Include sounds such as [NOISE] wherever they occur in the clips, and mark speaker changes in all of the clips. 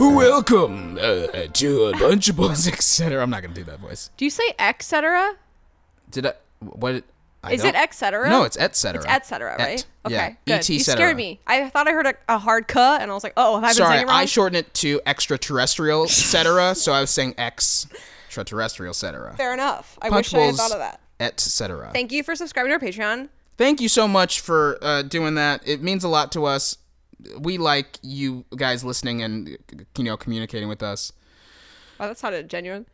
Speaker 1: Welcome uh, to a Lunchables, etc. I'm not gonna do that voice.
Speaker 2: Do you say etc.?
Speaker 1: Did I? What? I
Speaker 2: Is it
Speaker 1: don't-
Speaker 2: etc.?
Speaker 1: No, it's etc.
Speaker 2: etc. Right?
Speaker 1: Et. Yeah. E
Speaker 2: Okay. Good.
Speaker 1: Et
Speaker 2: you
Speaker 1: cetera.
Speaker 2: scared me. I thought I heard a, a hard "c" and I was like, oh, have I been
Speaker 1: Sorry,
Speaker 2: saying it wrong?
Speaker 1: I shortened it to extraterrestrial, etc. so I was saying ex, extraterrestrial, etc.
Speaker 2: Fair enough. I wish I had thought of that.
Speaker 1: etc.
Speaker 2: Thank you for subscribing to our Patreon.
Speaker 1: Thank you so much for uh, doing that. It means a lot to us. We like you guys listening and you know communicating with us.
Speaker 2: Wow, that sounded genuine.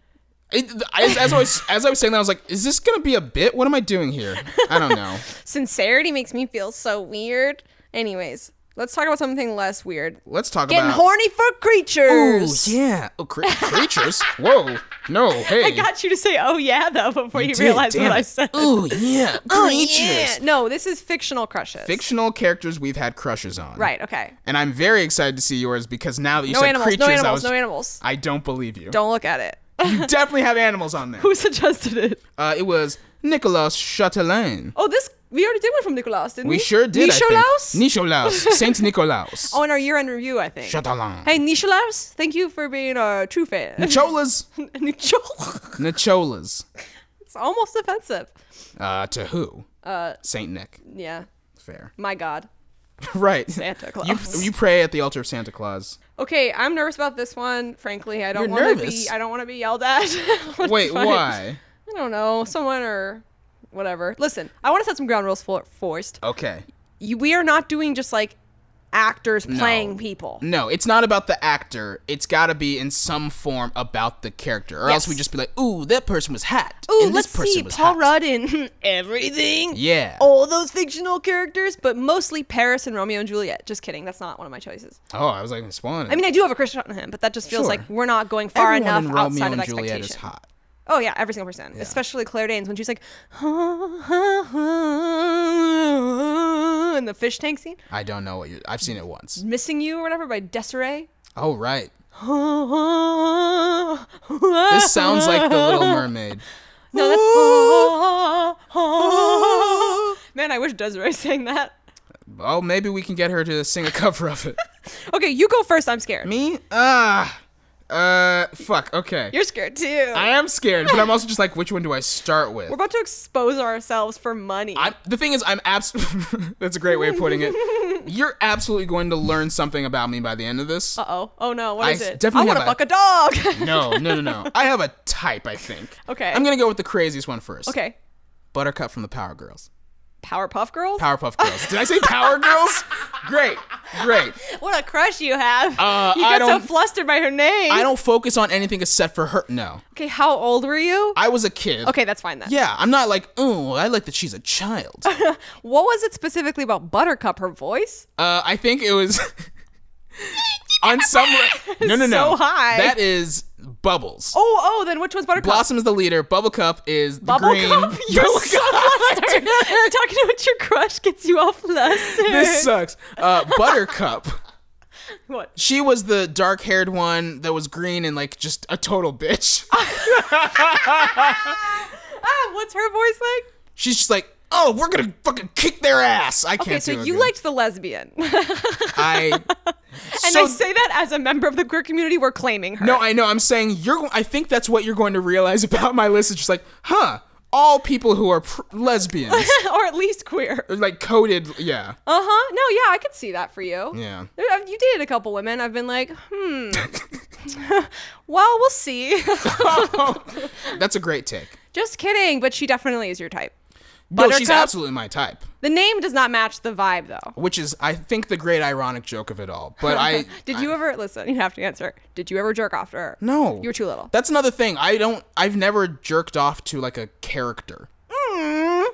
Speaker 1: It, as, as, I
Speaker 2: [LAUGHS]
Speaker 1: was, as I was saying that, I was like, "Is this gonna be a bit? What am I doing here? I don't know."
Speaker 2: Sincerity makes me feel so weird. Anyways, let's talk about something less weird.
Speaker 1: Let's talk
Speaker 2: Getting
Speaker 1: about
Speaker 2: horny for creatures.
Speaker 1: Ooh, yeah, oh,
Speaker 2: [LAUGHS]
Speaker 1: cre- creatures. Whoa, no, hey.
Speaker 2: I [LAUGHS] got you to say "oh yeah" though before you,
Speaker 1: Dude,
Speaker 2: realized
Speaker 1: damn
Speaker 2: what I
Speaker 1: it.
Speaker 2: said.
Speaker 1: Ooh, yeah,
Speaker 2: [LAUGHS] Oh,
Speaker 1: [LAUGHS] creatures.
Speaker 2: yeah. No, this is fictional crushes.
Speaker 1: Fictional characters we've had crushes on.
Speaker 2: Right. Okay.
Speaker 1: And I'm very excited to see yours because now that you
Speaker 2: No
Speaker 1: said
Speaker 2: animals.
Speaker 1: creatures,
Speaker 2: No
Speaker 1: I
Speaker 2: animals.
Speaker 1: was
Speaker 2: No animals.
Speaker 1: I don't believe you.
Speaker 2: Don't look at it.
Speaker 1: You [LAUGHS] definitely have animals on there.
Speaker 2: Who suggested it?
Speaker 1: Uh, it was Nicolas Chatelain.
Speaker 2: Oh, this we already did one from Nicolas, didn't we?
Speaker 1: We sure did.
Speaker 2: Nicolas.
Speaker 1: Nicholas. Saint Nicholas.
Speaker 2: [LAUGHS] oh, in our year-end review, I think.
Speaker 1: Chatelain.
Speaker 2: Hey, Nicolas, thank you for being a true fan. [LAUGHS]
Speaker 1: Nicholas.
Speaker 2: Nicholas.
Speaker 1: Nicholas.
Speaker 2: it's almost offensive.
Speaker 1: Uh, to who? Uh, Saint Nick.
Speaker 2: Yeah.
Speaker 1: Fair.
Speaker 2: [LAUGHS]
Speaker 1: [LAUGHS]
Speaker 2: My God.
Speaker 1: right.
Speaker 2: Santa
Speaker 1: You,
Speaker 2: Claus.
Speaker 1: you pray at the altar of Santa
Speaker 2: [LAUGHS]
Speaker 1: Claus.
Speaker 2: Okay, I'm nervous about this one. Frankly, I don't
Speaker 1: You're
Speaker 2: want to be.
Speaker 1: nervous?
Speaker 2: I don't want to be yelled at. [LAUGHS] Let's
Speaker 1: Wait,
Speaker 2: find-
Speaker 1: why?
Speaker 2: I don't know. Someone or whatever. Listen, I want to set some ground rules for first.
Speaker 1: Okay.
Speaker 2: You, we are not doing just like actors playing people.
Speaker 1: No, it's not about the actor. It's got to be in some form about the character, or else
Speaker 2: Yes.
Speaker 1: we just be like, "Ooh, that person was hot."
Speaker 2: Ooh,
Speaker 1: and
Speaker 2: let's
Speaker 1: this person
Speaker 2: see.
Speaker 1: was
Speaker 2: Paul
Speaker 1: hot."
Speaker 2: Rudd Oh. in [LAUGHS] everything.
Speaker 1: Yeah.
Speaker 2: All those fictional characters, but mostly Paris and Romeo and Juliet. Just kidding. That's not one of my choices.
Speaker 1: Oh, I was like, "Spawn."
Speaker 2: I mean, I do have a crush on him, but that just feels
Speaker 1: Sure.
Speaker 2: like we're not going far
Speaker 1: Everyone
Speaker 2: enough
Speaker 1: in Romeo
Speaker 2: outside
Speaker 1: and
Speaker 2: of
Speaker 1: Juliet
Speaker 2: expectation.
Speaker 1: is hot.
Speaker 2: Oh yeah, every single person, especially Claire Danes when she's like, in the fish tank scene,
Speaker 1: I don't know what you. I've seen it
Speaker 2: [LAUGHS]
Speaker 1: once.
Speaker 2: "Missing You" or whatever by Desiree.
Speaker 1: Oh right.
Speaker 2: this
Speaker 1: This sounds like The Little
Speaker 2: [LAUGHS]
Speaker 1: Mermaid.
Speaker 2: No, that's. Man, I wish Desiree sang that.
Speaker 1: Oh, maybe we can get her to sing a cover of
Speaker 2: [LAUGHS]
Speaker 1: it.
Speaker 2: Okay, you go first. I'm scared.
Speaker 1: Me? Ah. Uh. Fuck. Okay.
Speaker 2: You're scared too.
Speaker 1: I am scared, but I'm also just like, which one do I start with?
Speaker 2: We're about to expose ourselves for money.
Speaker 1: I'm, the thing is, I'm absolutely. [LAUGHS] that's a great way of putting
Speaker 2: [LAUGHS]
Speaker 1: it. You're absolutely going to learn something about me by the end of this.
Speaker 2: Uh oh. Oh no. What
Speaker 1: I
Speaker 2: is it?
Speaker 1: definitely
Speaker 2: I want to
Speaker 1: have a-
Speaker 2: fuck a
Speaker 1: [LAUGHS]
Speaker 2: dog.
Speaker 1: No, no, no, no. I have a type, I think.
Speaker 2: Okay.
Speaker 1: I'm gonna go with the craziest one first.
Speaker 2: [LAUGHS] okay.
Speaker 1: Buttercup from the Power Girls.
Speaker 2: Powerpuff Girls.
Speaker 1: Powerpuff Girls. Did I say Power
Speaker 2: [LAUGHS]
Speaker 1: Girls? Great, great.
Speaker 2: what a crush you have.
Speaker 1: Uh,
Speaker 2: [LAUGHS] you
Speaker 1: I
Speaker 2: get so
Speaker 1: don't-
Speaker 2: flustered by her name.
Speaker 1: I don't focus on anything except for her. No,
Speaker 2: Okay. How old were you?
Speaker 1: I was a kid.
Speaker 2: okay, that's fine then.
Speaker 1: Yeah, I'm not like, ooh, I like that she's a child. uh,
Speaker 2: What was it specifically about Buttercup? Her voice.
Speaker 1: Uh, I think it was. [LAUGHS] on some. No, no, no.
Speaker 2: [LAUGHS] So high.
Speaker 1: That is Bubbles.
Speaker 2: Oh oh. Then which one's Buttercup?
Speaker 1: Blossom is the leader. Bubblecup is the
Speaker 2: Bubble
Speaker 1: green. [LAUGHS]
Speaker 2: cup? [LAUGHS] You're
Speaker 1: Bubble
Speaker 2: so
Speaker 1: Cup.
Speaker 2: flustered. [LAUGHS] Talking about your crush gets you all flustered.
Speaker 1: This sucks. Uh, Buttercup.
Speaker 2: [LAUGHS] what?
Speaker 1: She was the dark-haired one that was green and like just a total bitch.
Speaker 2: Ah, what's her voice like?
Speaker 1: She's just like, oh, we're gonna fucking kick their ass. I can't.
Speaker 2: Okay, so
Speaker 1: do it
Speaker 2: you
Speaker 1: good.
Speaker 2: liked the lesbian, [LAUGHS] and [LAUGHS]
Speaker 1: I.
Speaker 2: I say that as a member of the queer community. We're claiming her.
Speaker 1: no, I know. I'm saying you're. I think that's what you're going to realize [LAUGHS] about my list. It's just like, huh, all people who are pr- lesbians,
Speaker 2: [LAUGHS] or at least queer. Uh
Speaker 1: like coded. Yeah,
Speaker 2: huh. Uh-huh. No, yeah, I could see that for you. [LAUGHS]
Speaker 1: yeah.
Speaker 2: There- I've- You dated a couple women. I've been like, hmm. [LAUGHS] well, we'll see. [LAUGHS]
Speaker 1: that's a great take.
Speaker 2: Just kidding, but she definitely is your type.
Speaker 1: No, she's
Speaker 2: Buttercup?
Speaker 1: absolutely my type.
Speaker 2: The name does not match the vibe, though.
Speaker 1: which is I think the great ironic joke of it all. But
Speaker 2: [LAUGHS]
Speaker 1: I
Speaker 2: Did
Speaker 1: I-
Speaker 2: you ever listen? You have to answer. Did you ever jerk off to her?
Speaker 1: no.
Speaker 2: you were too little.
Speaker 1: That's another thing. I don't. I've never jerked off to like a character.
Speaker 2: Mm.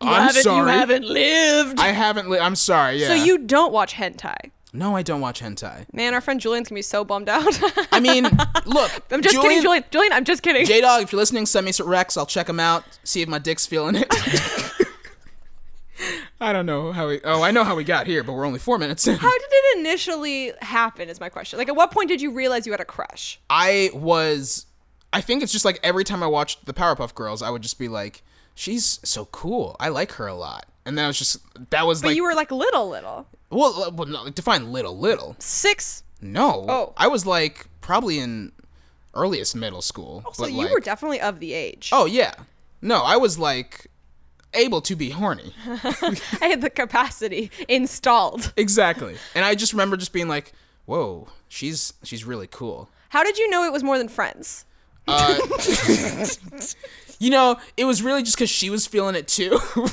Speaker 1: I'm sorry.
Speaker 2: lived.
Speaker 1: I haven't. Li- I'm sorry. Yeah.
Speaker 2: So you don't watch hentai.
Speaker 1: No, I don't watch hentai.
Speaker 2: Man, our friend Julian's gonna be so bummed out. [LAUGHS]
Speaker 1: I mean, look.
Speaker 2: I'm just kidding, Julian. Julian, I'm just kidding.
Speaker 1: J Dog, if you're listening, send me some Rex. I'll check them out. See if my dick's feeling it. [LAUGHS] I don't know how we. Oh, I know how we got here, but we're only four minutes in.
Speaker 2: [LAUGHS] How did it initially happen? Is my question. Like, at what point did you realize you had a crush?
Speaker 1: I was I think it's just like every time I watched the Powerpuff Girls, I would just be like, She's so cool. I like her a lot. And that was just that was
Speaker 2: But
Speaker 1: like uh,
Speaker 2: you were like little, little,
Speaker 1: well, well no, define little little.
Speaker 2: six,
Speaker 1: No.
Speaker 2: Oh.
Speaker 1: I was like probably in earliest middle school.
Speaker 2: Oh, So
Speaker 1: but,
Speaker 2: you
Speaker 1: like-
Speaker 2: were definitely of the age.
Speaker 1: Oh yeah. No, I was like able to be horny.
Speaker 2: [LAUGHS] I had the capacity installed.
Speaker 1: exactly. And I just remember just being like, "Whoa, she's she's really cool."
Speaker 2: How did you know it was more than friends?
Speaker 1: You know, it was really just cuz she was feeling it too. [LAUGHS]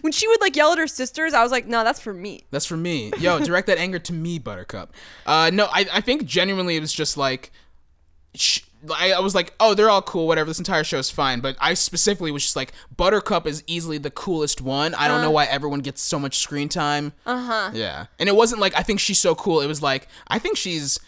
Speaker 2: When she would like yell at her sisters, I was like, no, that's for me. [LAUGHS]
Speaker 1: That's for me. Yo, direct that anger to me, Buttercup. Uh, no, I, I think genuinely it was just like, sh- I, I was like, oh, they're all cool, whatever. This entire show is fine. But I specifically was just like, Buttercup is easily the coolest one. I don't
Speaker 2: Uh-huh.
Speaker 1: know why everyone gets so much screen time. Uh huh. Yeah, and it wasn't like I think she's so cool. It was like I think she's.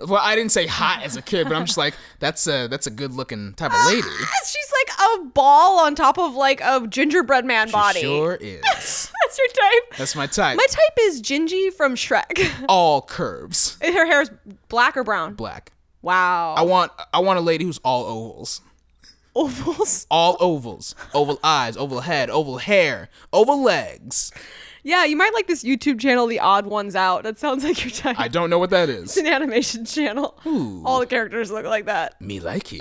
Speaker 1: Well, I didn't say hot as a kid, but I'm just like [LAUGHS] that's a that's a good looking type of lady.
Speaker 2: She's like a ball on top of like a gingerbread man [GASPS] body.
Speaker 1: Sure is.
Speaker 2: [LAUGHS] That's your type.
Speaker 1: That's my type.
Speaker 2: My type is Gingy from Shrek. [LAUGHS]
Speaker 1: all curves.
Speaker 2: Her hair is black or brown.
Speaker 1: Black.
Speaker 2: Wow.
Speaker 1: I want I want a lady who's all ovals.
Speaker 2: Ovals. [LAUGHS]
Speaker 1: all ovals oval eyes oval head oval hair oval legs
Speaker 2: Yeah, you might like this YouTube channel, The Odd Ones Out. That sounds like your type.
Speaker 1: i don't know what that is
Speaker 2: it's an animation channel. All the characters look like
Speaker 1: [LAUGHS]
Speaker 2: that.
Speaker 1: me like you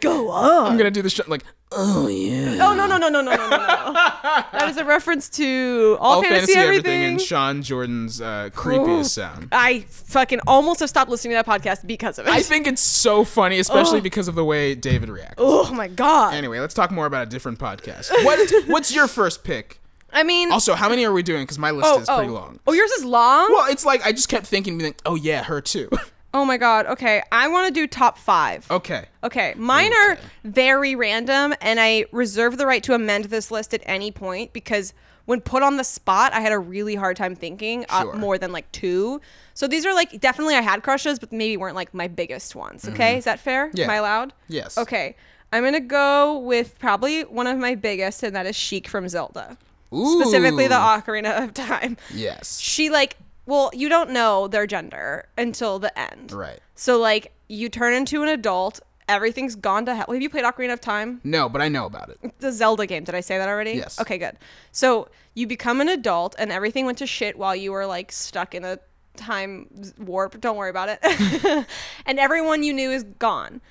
Speaker 2: Go on.
Speaker 1: [LAUGHS] i'm gonna do the show like oh yeah [LAUGHS]
Speaker 2: Oh no no no no no no no! no. that is a reference to all,
Speaker 1: all
Speaker 2: fantasy, everything.
Speaker 1: and sean jordan's uh, creepiest sound
Speaker 2: I fucking almost have stopped listening to that podcast because of [LAUGHS] it.
Speaker 1: i think it's so funny especially because of the way david reacts
Speaker 2: oh my god!
Speaker 1: anyway let's talk more about a different podcast what, what's your first pick
Speaker 2: I mean,
Speaker 1: also how many are we doing because my list
Speaker 2: oh
Speaker 1: is
Speaker 2: oh
Speaker 1: pretty long
Speaker 2: oh, yours is long.
Speaker 1: well it's like i just kept thinking being like, oh yeah her too [LAUGHS]
Speaker 2: Oh my god! Okay, I want to do top five.
Speaker 1: okay
Speaker 2: Okay, mine are very random, and I reserve the right to amend this list at any point because when put on the spot, I had a really hard time thinking
Speaker 1: Sure.
Speaker 2: uh, more than like two. So these are like definitely I had crushes, but maybe weren't like my biggest ones. Okay, is that fair?
Speaker 1: Mm-hmm. Yeah.
Speaker 2: Am I allowed?
Speaker 1: yes
Speaker 2: Okay, I'm gonna go with probably one of my biggest, and that is Sheik from Zelda, specifically the
Speaker 1: Ooh.
Speaker 2: Ocarina of Time.
Speaker 1: yes
Speaker 2: She like, well, you don't know their gender until the end,
Speaker 1: right
Speaker 2: so like you turn into an adult, everything's gone to hell. Have you played Ocarina of Time?
Speaker 1: no but i know about it
Speaker 2: The Zelda game. Did I say that already?
Speaker 1: Yes.
Speaker 2: Okay, good. So you become an adult and everything went to shit while you were like stuck in a time warp. Don't worry about
Speaker 1: [LAUGHS]
Speaker 2: it. and everyone you knew is gone.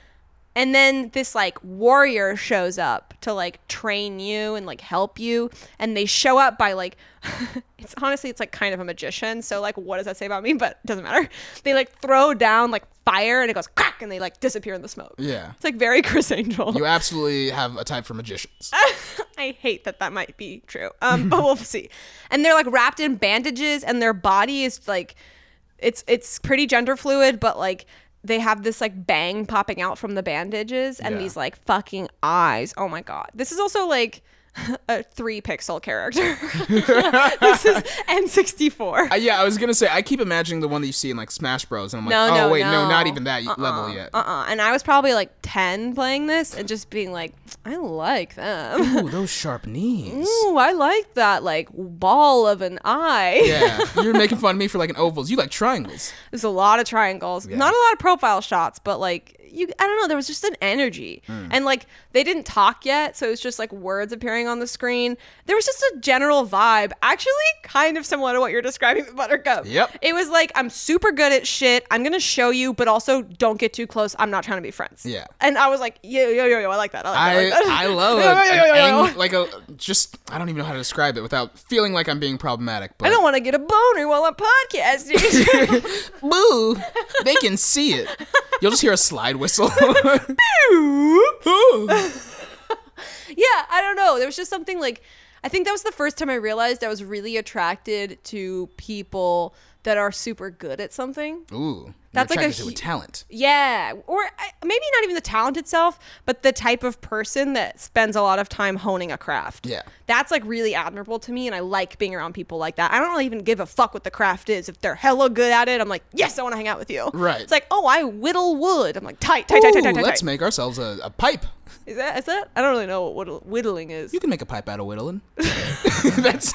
Speaker 2: And then this like warrior shows up to like train you and like help you. And they show up by like, [LAUGHS] it's honestly, it's like kind of a magician. So, like, what does that say about me? But it doesn't matter. They like throw down like fire and it goes crack and they like disappear in the smoke.
Speaker 1: yeah
Speaker 2: It's like very Chris Angel.
Speaker 1: You absolutely have a type for
Speaker 2: [LAUGHS]
Speaker 1: magicians.
Speaker 2: I hate that that might be true.
Speaker 1: [LAUGHS]
Speaker 2: Um, but we'll see. And they're like wrapped in bandages, and their body is like, it's it's pretty gender fluid, but like they have this like bang popping out from the bandages and
Speaker 1: Yeah.
Speaker 2: these like fucking eyes. Oh my god, this is also like [LAUGHS] a three pixel character. [LAUGHS] this is N sixty four.
Speaker 1: Uh, yeah, I was gonna say I keep imagining the one that you see in like Smash Bros. And I'm like,
Speaker 2: No,
Speaker 1: oh
Speaker 2: no,
Speaker 1: wait, no.
Speaker 2: no.
Speaker 1: not even that y level yet.
Speaker 2: Uh uh And I was probably like ten playing this and just being like, I like them.
Speaker 1: [LAUGHS] Ooh, those sharp knees.
Speaker 2: Ooh, I like that like ball of an eye.
Speaker 1: yeah, you're making fun of me for like an ovals. You like triangles.
Speaker 2: There's a lot of triangles, not a lot of profile shots, but like you, I don't know. There was just an energy,
Speaker 1: Hmm.
Speaker 2: and like they didn't talk yet, so it was just like words appearing on the screen. There was just a general vibe, actually, kind of similar to what you're describing with Buttercup.
Speaker 1: Yep.
Speaker 2: It was like I'm super good at shit. I'm gonna show you, but also don't get too close. I'm not trying to be friends.
Speaker 1: Yeah.
Speaker 2: And I was like, yo yo yo yo, I like that. I like [LAUGHS]
Speaker 1: I
Speaker 2: that. I like that.
Speaker 1: I love
Speaker 2: Yo, yo, yo, yo, yo.
Speaker 1: it. Like a just I don't even know how to describe it without feeling like I'm being problematic. But
Speaker 2: I don't want to get a boner while I'm podcasting.
Speaker 1: [LAUGHS] boo, they can see it. You'll just hear a slide
Speaker 2: [LAUGHS]
Speaker 1: whistle.
Speaker 2: yeah, I don't know. There was just something like I think that was the first time I realized I was really attracted to people that are super good at something.
Speaker 1: Ooh,
Speaker 2: That's
Speaker 1: you're
Speaker 2: like a
Speaker 1: attracted to a
Speaker 2: hu-
Speaker 1: talent.
Speaker 2: Yeah, or I, maybe not even the talent itself, but the type of person that spends a lot of time honing a craft.
Speaker 1: Yeah.
Speaker 2: That's like really admirable to me and I like being around people like that. I don't really even give a fuck what the craft is. If they're hella good at it, I'm like, "Yes, I want to hang out with you."
Speaker 1: Right.
Speaker 2: It's like, "Oh, I whittle wood." I'm like, "Tight, tight, tight, tight,
Speaker 1: Ooh,
Speaker 2: tight, tight."
Speaker 1: let's
Speaker 2: tight.
Speaker 1: make ourselves a, a pipe.
Speaker 2: Is that is that? I don't really know what whittle- whittling is.
Speaker 1: You can make a pipe out of
Speaker 2: [LAUGHS]
Speaker 1: whittling. [LAUGHS] That's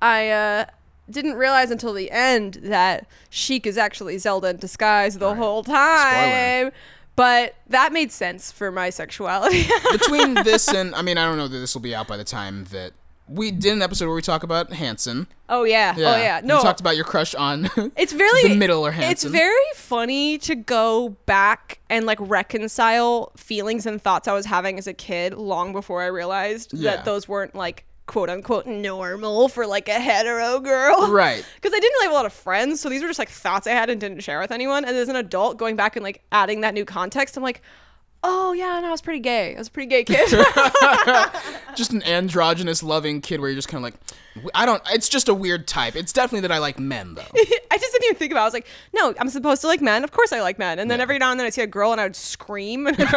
Speaker 2: I uh, didn't realize until the end that Sheik is actually Zelda in disguise the whole time. But that made sense for my sexuality. [LAUGHS]
Speaker 1: between this and I mean I don't know that this will be out by the time that we did an episode where we talk about Hanson.
Speaker 2: Oh yeah. Oh yeah. No.
Speaker 1: we talked about your crush on.
Speaker 2: [LAUGHS] it's very
Speaker 1: the middle or
Speaker 2: It's
Speaker 1: Hanson.
Speaker 2: very funny to go back and like reconcile feelings and thoughts I was having as a kid long before I realized
Speaker 1: Yeah.
Speaker 2: that those weren't like quote unquote normal for like a hetero girl. [LAUGHS]
Speaker 1: right.
Speaker 2: Because I didn't really have a lot of friends, so these were just like thoughts I had and didn't share with anyone. And as an adult, going back and like adding that new context, I'm like, oh yeah, no, I was pretty gay. I was a pretty
Speaker 1: [LAUGHS]
Speaker 2: gay kid.
Speaker 1: [LAUGHS] Just an androgynous loving kid where you're just kind of like, I don't. It's just a weird type. It's definitely that I like men though.
Speaker 2: [LAUGHS] I just didn't even think about. it. I was like, no, I'm supposed to like men. Of course I like men. And then every now and then I see a girl and I would scream [LAUGHS] and I'd be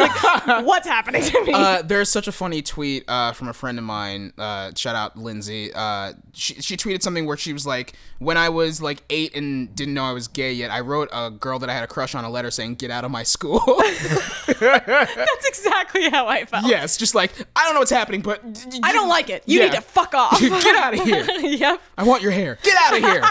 Speaker 1: [LAUGHS]
Speaker 2: like, what's happening to me?
Speaker 1: uh, there's such a funny tweet uh, from a friend of mine. Uh, shout out Lindsay. Uh, she, she tweeted something where she was like, "When I was like eight and didn't know I was gay yet, I wrote a girl that I had a crush on a letter saying get out of my
Speaker 2: [LAUGHS]
Speaker 1: school."
Speaker 2: [LAUGHS]
Speaker 1: [LAUGHS]
Speaker 2: That's exactly how I felt.
Speaker 1: yes, just like I don't know what's happening, but
Speaker 2: I don't like it. You
Speaker 1: Yeah.
Speaker 2: need to fuck off.
Speaker 1: [LAUGHS] Get
Speaker 2: [LAUGHS]
Speaker 1: outta here.
Speaker 2: yep.
Speaker 1: I want your hair. Get out of [LAUGHS] here.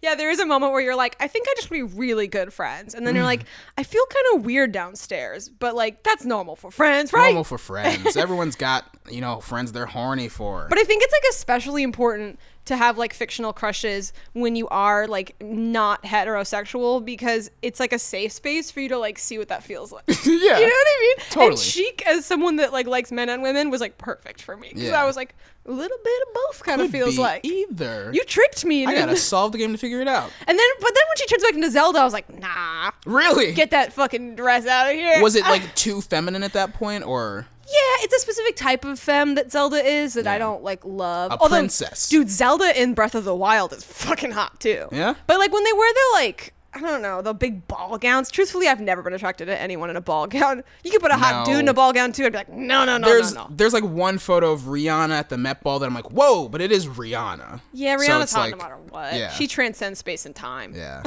Speaker 2: Yeah, there is a moment where you're like, I think I just want to be really good friends. And then you're like, I feel kind of weird downstairs, but like, that's normal for friends, right?
Speaker 1: Normal for friends. Everyone's got you know friends they're horny for.
Speaker 2: But I think it's like especially important to have like fictional crushes when you are like not heterosexual because it's like a safe space for you to like see what that
Speaker 1: [LAUGHS]
Speaker 2: feels like. [LAUGHS]
Speaker 1: [LAUGHS]
Speaker 2: You
Speaker 1: yeah.
Speaker 2: know what I mean?
Speaker 1: Totally.
Speaker 2: And Chic, as someone that like likes men and women, was like perfect for me because
Speaker 1: Yeah.
Speaker 2: I was like a little bit of both kind of
Speaker 1: Could
Speaker 2: feels
Speaker 1: be
Speaker 2: like.
Speaker 1: either.
Speaker 2: You tricked me.
Speaker 1: I
Speaker 2: dude. [LAUGHS]
Speaker 1: gotta solve the game to figure it out.
Speaker 2: And then, but then when she turns back into Zelda, I was like, nah, [LAUGHS]
Speaker 1: Really?
Speaker 2: get that fucking dress out of here. [LAUGHS]
Speaker 1: was it
Speaker 2: Uh,
Speaker 1: like too feminine at that point, or
Speaker 2: yeah, it's a specific type of femme that Zelda is that I don't like love.
Speaker 1: A princess.
Speaker 2: dude, Zelda in Breath of the Wild is fucking hot too.
Speaker 1: Yeah?
Speaker 2: but like when they wear their like. I don't know, the big ball gowns. Truthfully, I've never been attracted to anyone in a ball gown. You could put a hot
Speaker 1: No.
Speaker 2: dude in a ball gown too. I'd be like, no, no, no,
Speaker 1: there's
Speaker 2: no, no.
Speaker 1: there's like one photo of Rihanna at the Met Ball that I'm like, whoa, but it is Rihanna.
Speaker 2: Yeah,
Speaker 1: So
Speaker 2: Rihanna's
Speaker 1: it's
Speaker 2: hot no
Speaker 1: like-
Speaker 2: matter what.
Speaker 1: yeah.
Speaker 2: She transcends space and time.
Speaker 1: Yeah,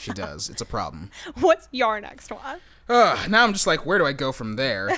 Speaker 1: she does. It's a problem.
Speaker 2: [LAUGHS] What's your next one?
Speaker 1: Ugh, now I'm just like, where do I go from
Speaker 2: [LAUGHS]
Speaker 1: there?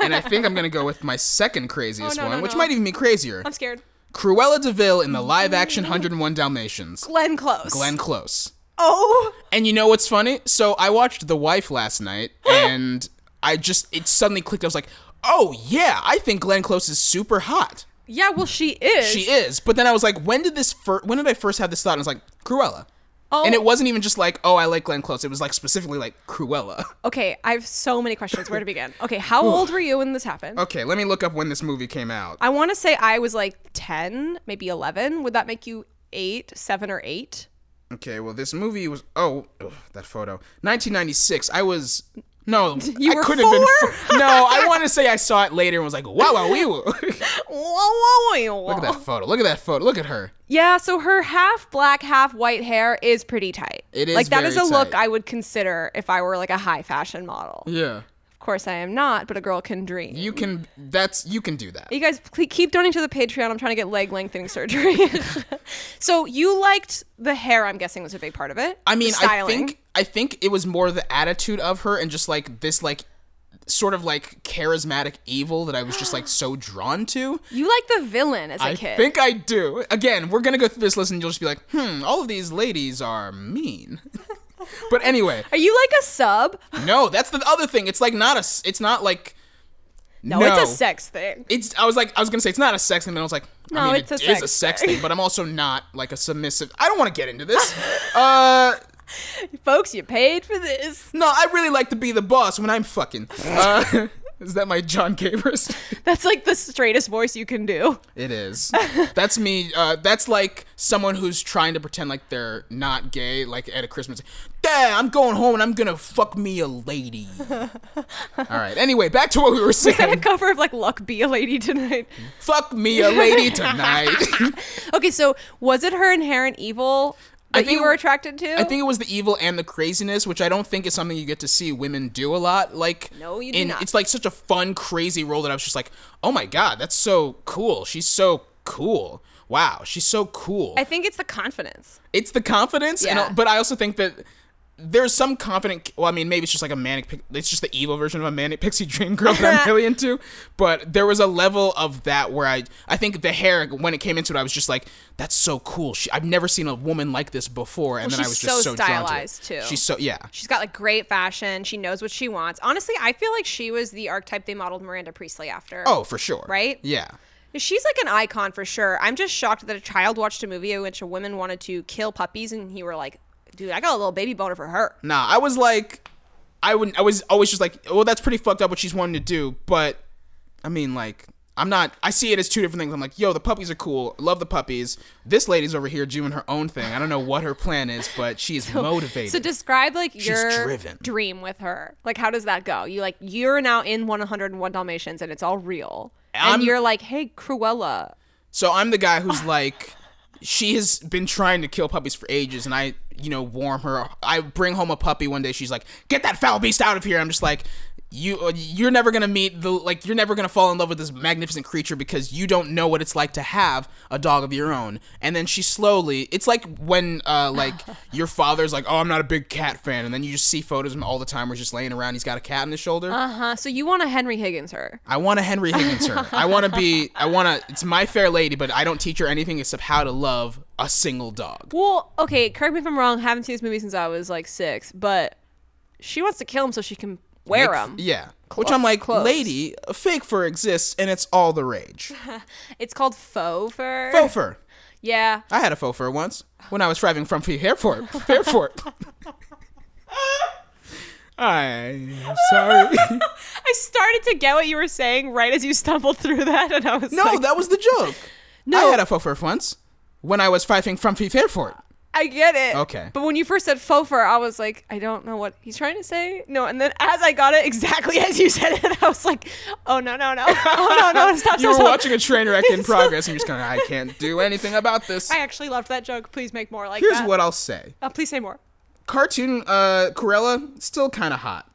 Speaker 1: And I think I'm gonna go with my second craziest
Speaker 2: Oh, no,
Speaker 1: one,
Speaker 2: no,
Speaker 1: which
Speaker 2: no.
Speaker 1: might even be crazier.
Speaker 2: I'm scared.
Speaker 1: Cruella DeVille in the live-action
Speaker 2: [LAUGHS]
Speaker 1: 101 Dalmatians.
Speaker 2: Glenn Close.
Speaker 1: Glenn Close.
Speaker 2: Oh
Speaker 1: And you know what's funny? So I watched The Wife last
Speaker 2: [GASPS]
Speaker 1: night, and I just it suddenly clicked. I was like, oh yeah, I think Glenn Close is super hot.
Speaker 2: yeah, well she is.
Speaker 1: She is. But then I was like, when did this fir- when did I first have this thought? And I was like, Cruella.
Speaker 2: Oh,
Speaker 1: And it wasn't even just like, oh, I like Glenn Close. It was like specifically like Cruella. [LAUGHS]
Speaker 2: okay. I have so many questions. Where to begin? Okay, how old were you when this happened?
Speaker 1: Okay, let me look up when this movie came out.
Speaker 2: I want to say I was like ten, maybe eleven. Would that make you eight, seven, or eight? [LAUGHS]
Speaker 1: Okay, well this movie was oh ugh, that photo 1996. I was no,
Speaker 2: [LAUGHS] You
Speaker 1: I
Speaker 2: were
Speaker 1: couldn't have been.
Speaker 2: four?
Speaker 1: fo- no, I want to say I saw it later and was like, wow, wow, wee woo. [LAUGHS] look
Speaker 2: Whoa, whoa, whoa,
Speaker 1: at
Speaker 2: whoa. [LAUGHS]
Speaker 1: that photo. Look at that photo. Look at her.
Speaker 2: Yeah, so her half black, half white hair is pretty tight.
Speaker 1: It is
Speaker 2: like that
Speaker 1: very
Speaker 2: is a look
Speaker 1: tight. Mm.
Speaker 2: I would consider if I were like a high fashion model.
Speaker 1: Yeah,
Speaker 2: Of course, I am not, but a girl can dream. You,
Speaker 1: you can. That's you can do that.
Speaker 2: guys ple- keep donating to the Patreon. I'm trying to get leg lengthening surgery. [LAUGHS] so you liked the hair? I'm guessing was a big part of it.
Speaker 1: I mean,
Speaker 2: The
Speaker 1: I
Speaker 2: styling.
Speaker 1: think I think it was more the attitude of her and just like this like sort of like charismatic evil that I was just like
Speaker 2: [GASPS]
Speaker 1: so drawn to.
Speaker 2: You like the villain as a
Speaker 1: I
Speaker 2: kid.
Speaker 1: think I do. Again, we're gonna go through this list and you'll just be like, hmm, all of these ladies are mean. [LAUGHS] but anyway,
Speaker 2: Are you like a sub? [LAUGHS]
Speaker 1: no, that's the other thing. It's like not a. s- It's not like.
Speaker 2: No, it's a sex thing.
Speaker 1: It's. I was like, I was gonna say it's not a sex thing, but I was like,
Speaker 2: No,
Speaker 1: I mean,
Speaker 2: it's
Speaker 1: it
Speaker 2: a
Speaker 1: is
Speaker 2: sex
Speaker 1: a sex
Speaker 2: thing.
Speaker 1: thing, but I'm also not like a submissive. I don't want to get into
Speaker 2: [LAUGHS]
Speaker 1: this. uh.
Speaker 2: Folks, you paid for this. [LAUGHS]
Speaker 1: No, I really like to be the boss when I'm fucking. Uh, [LAUGHS] is that my John Capers?
Speaker 2: That's like the straightest voice you can do. [LAUGHS]
Speaker 1: It is. [LAUGHS] That's me. Uh, that's like someone who's trying to pretend like they're not gay, like at a Christmas. Dad, I'm going home and I'm gonna fuck me a
Speaker 2: [LAUGHS]
Speaker 1: lady. All right. Anyway, back to what we were
Speaker 2: Is that a
Speaker 1: saying.
Speaker 2: cover of like Luck Be a Lady Tonight?
Speaker 1: fuck me a
Speaker 2: [LAUGHS]
Speaker 1: lady tonight. [LAUGHS]
Speaker 2: Okay, so was it her inherent evil that
Speaker 1: I
Speaker 2: you
Speaker 1: think-
Speaker 2: were attracted to?
Speaker 1: I think it was the evil and the craziness, which I don't think is something you get to see women do a lot. Like,
Speaker 2: No, you do
Speaker 1: in-
Speaker 2: not.
Speaker 1: It's like such a fun, crazy role that I was just like, oh my god, that's so cool. She's so cool. Wow, she's so cool.
Speaker 2: I think it's the confidence.
Speaker 1: it's the confidence,
Speaker 2: Yeah.
Speaker 1: and but I also think that there's some confident. Well, I mean, maybe it's just like a manic. pic- It's just the evil version of a manic pixie dream girl that
Speaker 2: [LAUGHS]
Speaker 1: I'm really into. But there was a level of that where I, I think the hair when it came into it, I was just like, that's so cool. She, I've never seen a woman like this before, and
Speaker 2: Well,
Speaker 1: then I
Speaker 2: she's
Speaker 1: was just
Speaker 2: so
Speaker 1: so, drawn to
Speaker 2: stylized,
Speaker 1: it.
Speaker 2: too.
Speaker 1: She's so yeah.
Speaker 2: She's got like great fashion. She knows what she wants. Honestly, I feel like she was the archetype they modeled Miranda Priestley after.
Speaker 1: Oh, for sure.
Speaker 2: Right?
Speaker 1: Yeah.
Speaker 2: She's like an icon for sure. I'm just shocked that a child watched a movie in which a woman wanted to kill puppies and he were like, dude, I got a little baby boner for her.
Speaker 1: Nah, I was like, I wouldn't. I was always just like, well, that's pretty fucked up what she's wanting to do. But I mean, like, I'm not. I see it as two different things. I'm like, yo, the puppies are cool. Love the puppies. This lady's over here doing her own thing. I don't know what her plan is, but she's motivated.
Speaker 2: [LAUGHS] So describe like your
Speaker 1: driven.
Speaker 2: dream with her. Like how does that go? You like you're now in 101 Dalmatians and it's all real.
Speaker 1: I'm-
Speaker 2: and you're like, "Hey, Cruella."
Speaker 1: So I'm the guy who's like, she has been trying to kill puppies for ages, and I, you know, warm her. I bring home a puppy one day. She's like, "Get that foul beast out of here!" I'm just like, you, you're never gonna meet the like, you're never gonna fall in love with this magnificent creature because you don't know what it's like to have a dog of your own. And then she slowly, it's like when uh like your father's like, "Oh, I'm not a big cat fan," and then you just see photos of him all the time where he's just laying around, he's got a cat on his shoulder.
Speaker 2: Uh-huh. So you want to Henry Higgins her.
Speaker 1: I want a Henry Higgins her. I want to be. I want to. It's my fair lady, but I don't teach her anything except how to love a single dog.
Speaker 2: Well, okay, correct me if I'm wrong. Haven't seen this movie since I was like 6, but she wants to kill him so she can wear
Speaker 1: Like,
Speaker 2: him.
Speaker 1: Yeah. Which I'm like,
Speaker 2: close.
Speaker 1: lady, a fake fur exists, and it's all the [LAUGHS] rage.
Speaker 2: It's called faux fur.
Speaker 1: Faux fur.
Speaker 2: Yeah.
Speaker 1: I had a faux fur once when I was driving from [LAUGHS] Fairfort. Fairfort. I'm sorry.
Speaker 2: I started to get what you were saying right as you stumbled through that, and I
Speaker 1: [LAUGHS]
Speaker 2: was
Speaker 1: No,
Speaker 2: like,
Speaker 1: that was the joke.
Speaker 2: No.
Speaker 1: I had a faux fur once when I was driving from Fairfort.
Speaker 2: I get it.
Speaker 1: Okay.
Speaker 2: But when you first said faux fur, I was like, I don't know what he's trying to say. No, and then as I got it exactly as you said it, I was like, oh, no, no, no.
Speaker 1: [LAUGHS]
Speaker 2: Oh, no, no. Stop,
Speaker 1: You
Speaker 2: stop,
Speaker 1: were
Speaker 2: stop.
Speaker 1: watching a train wreck [LAUGHS] in progress, and you're just going, I can't do anything about this.
Speaker 2: I actually loved that joke. Please make more like
Speaker 1: Here's
Speaker 2: that.
Speaker 1: what I'll say.
Speaker 2: Uh, please say more.
Speaker 1: cartoon uh Corella still kind of hot.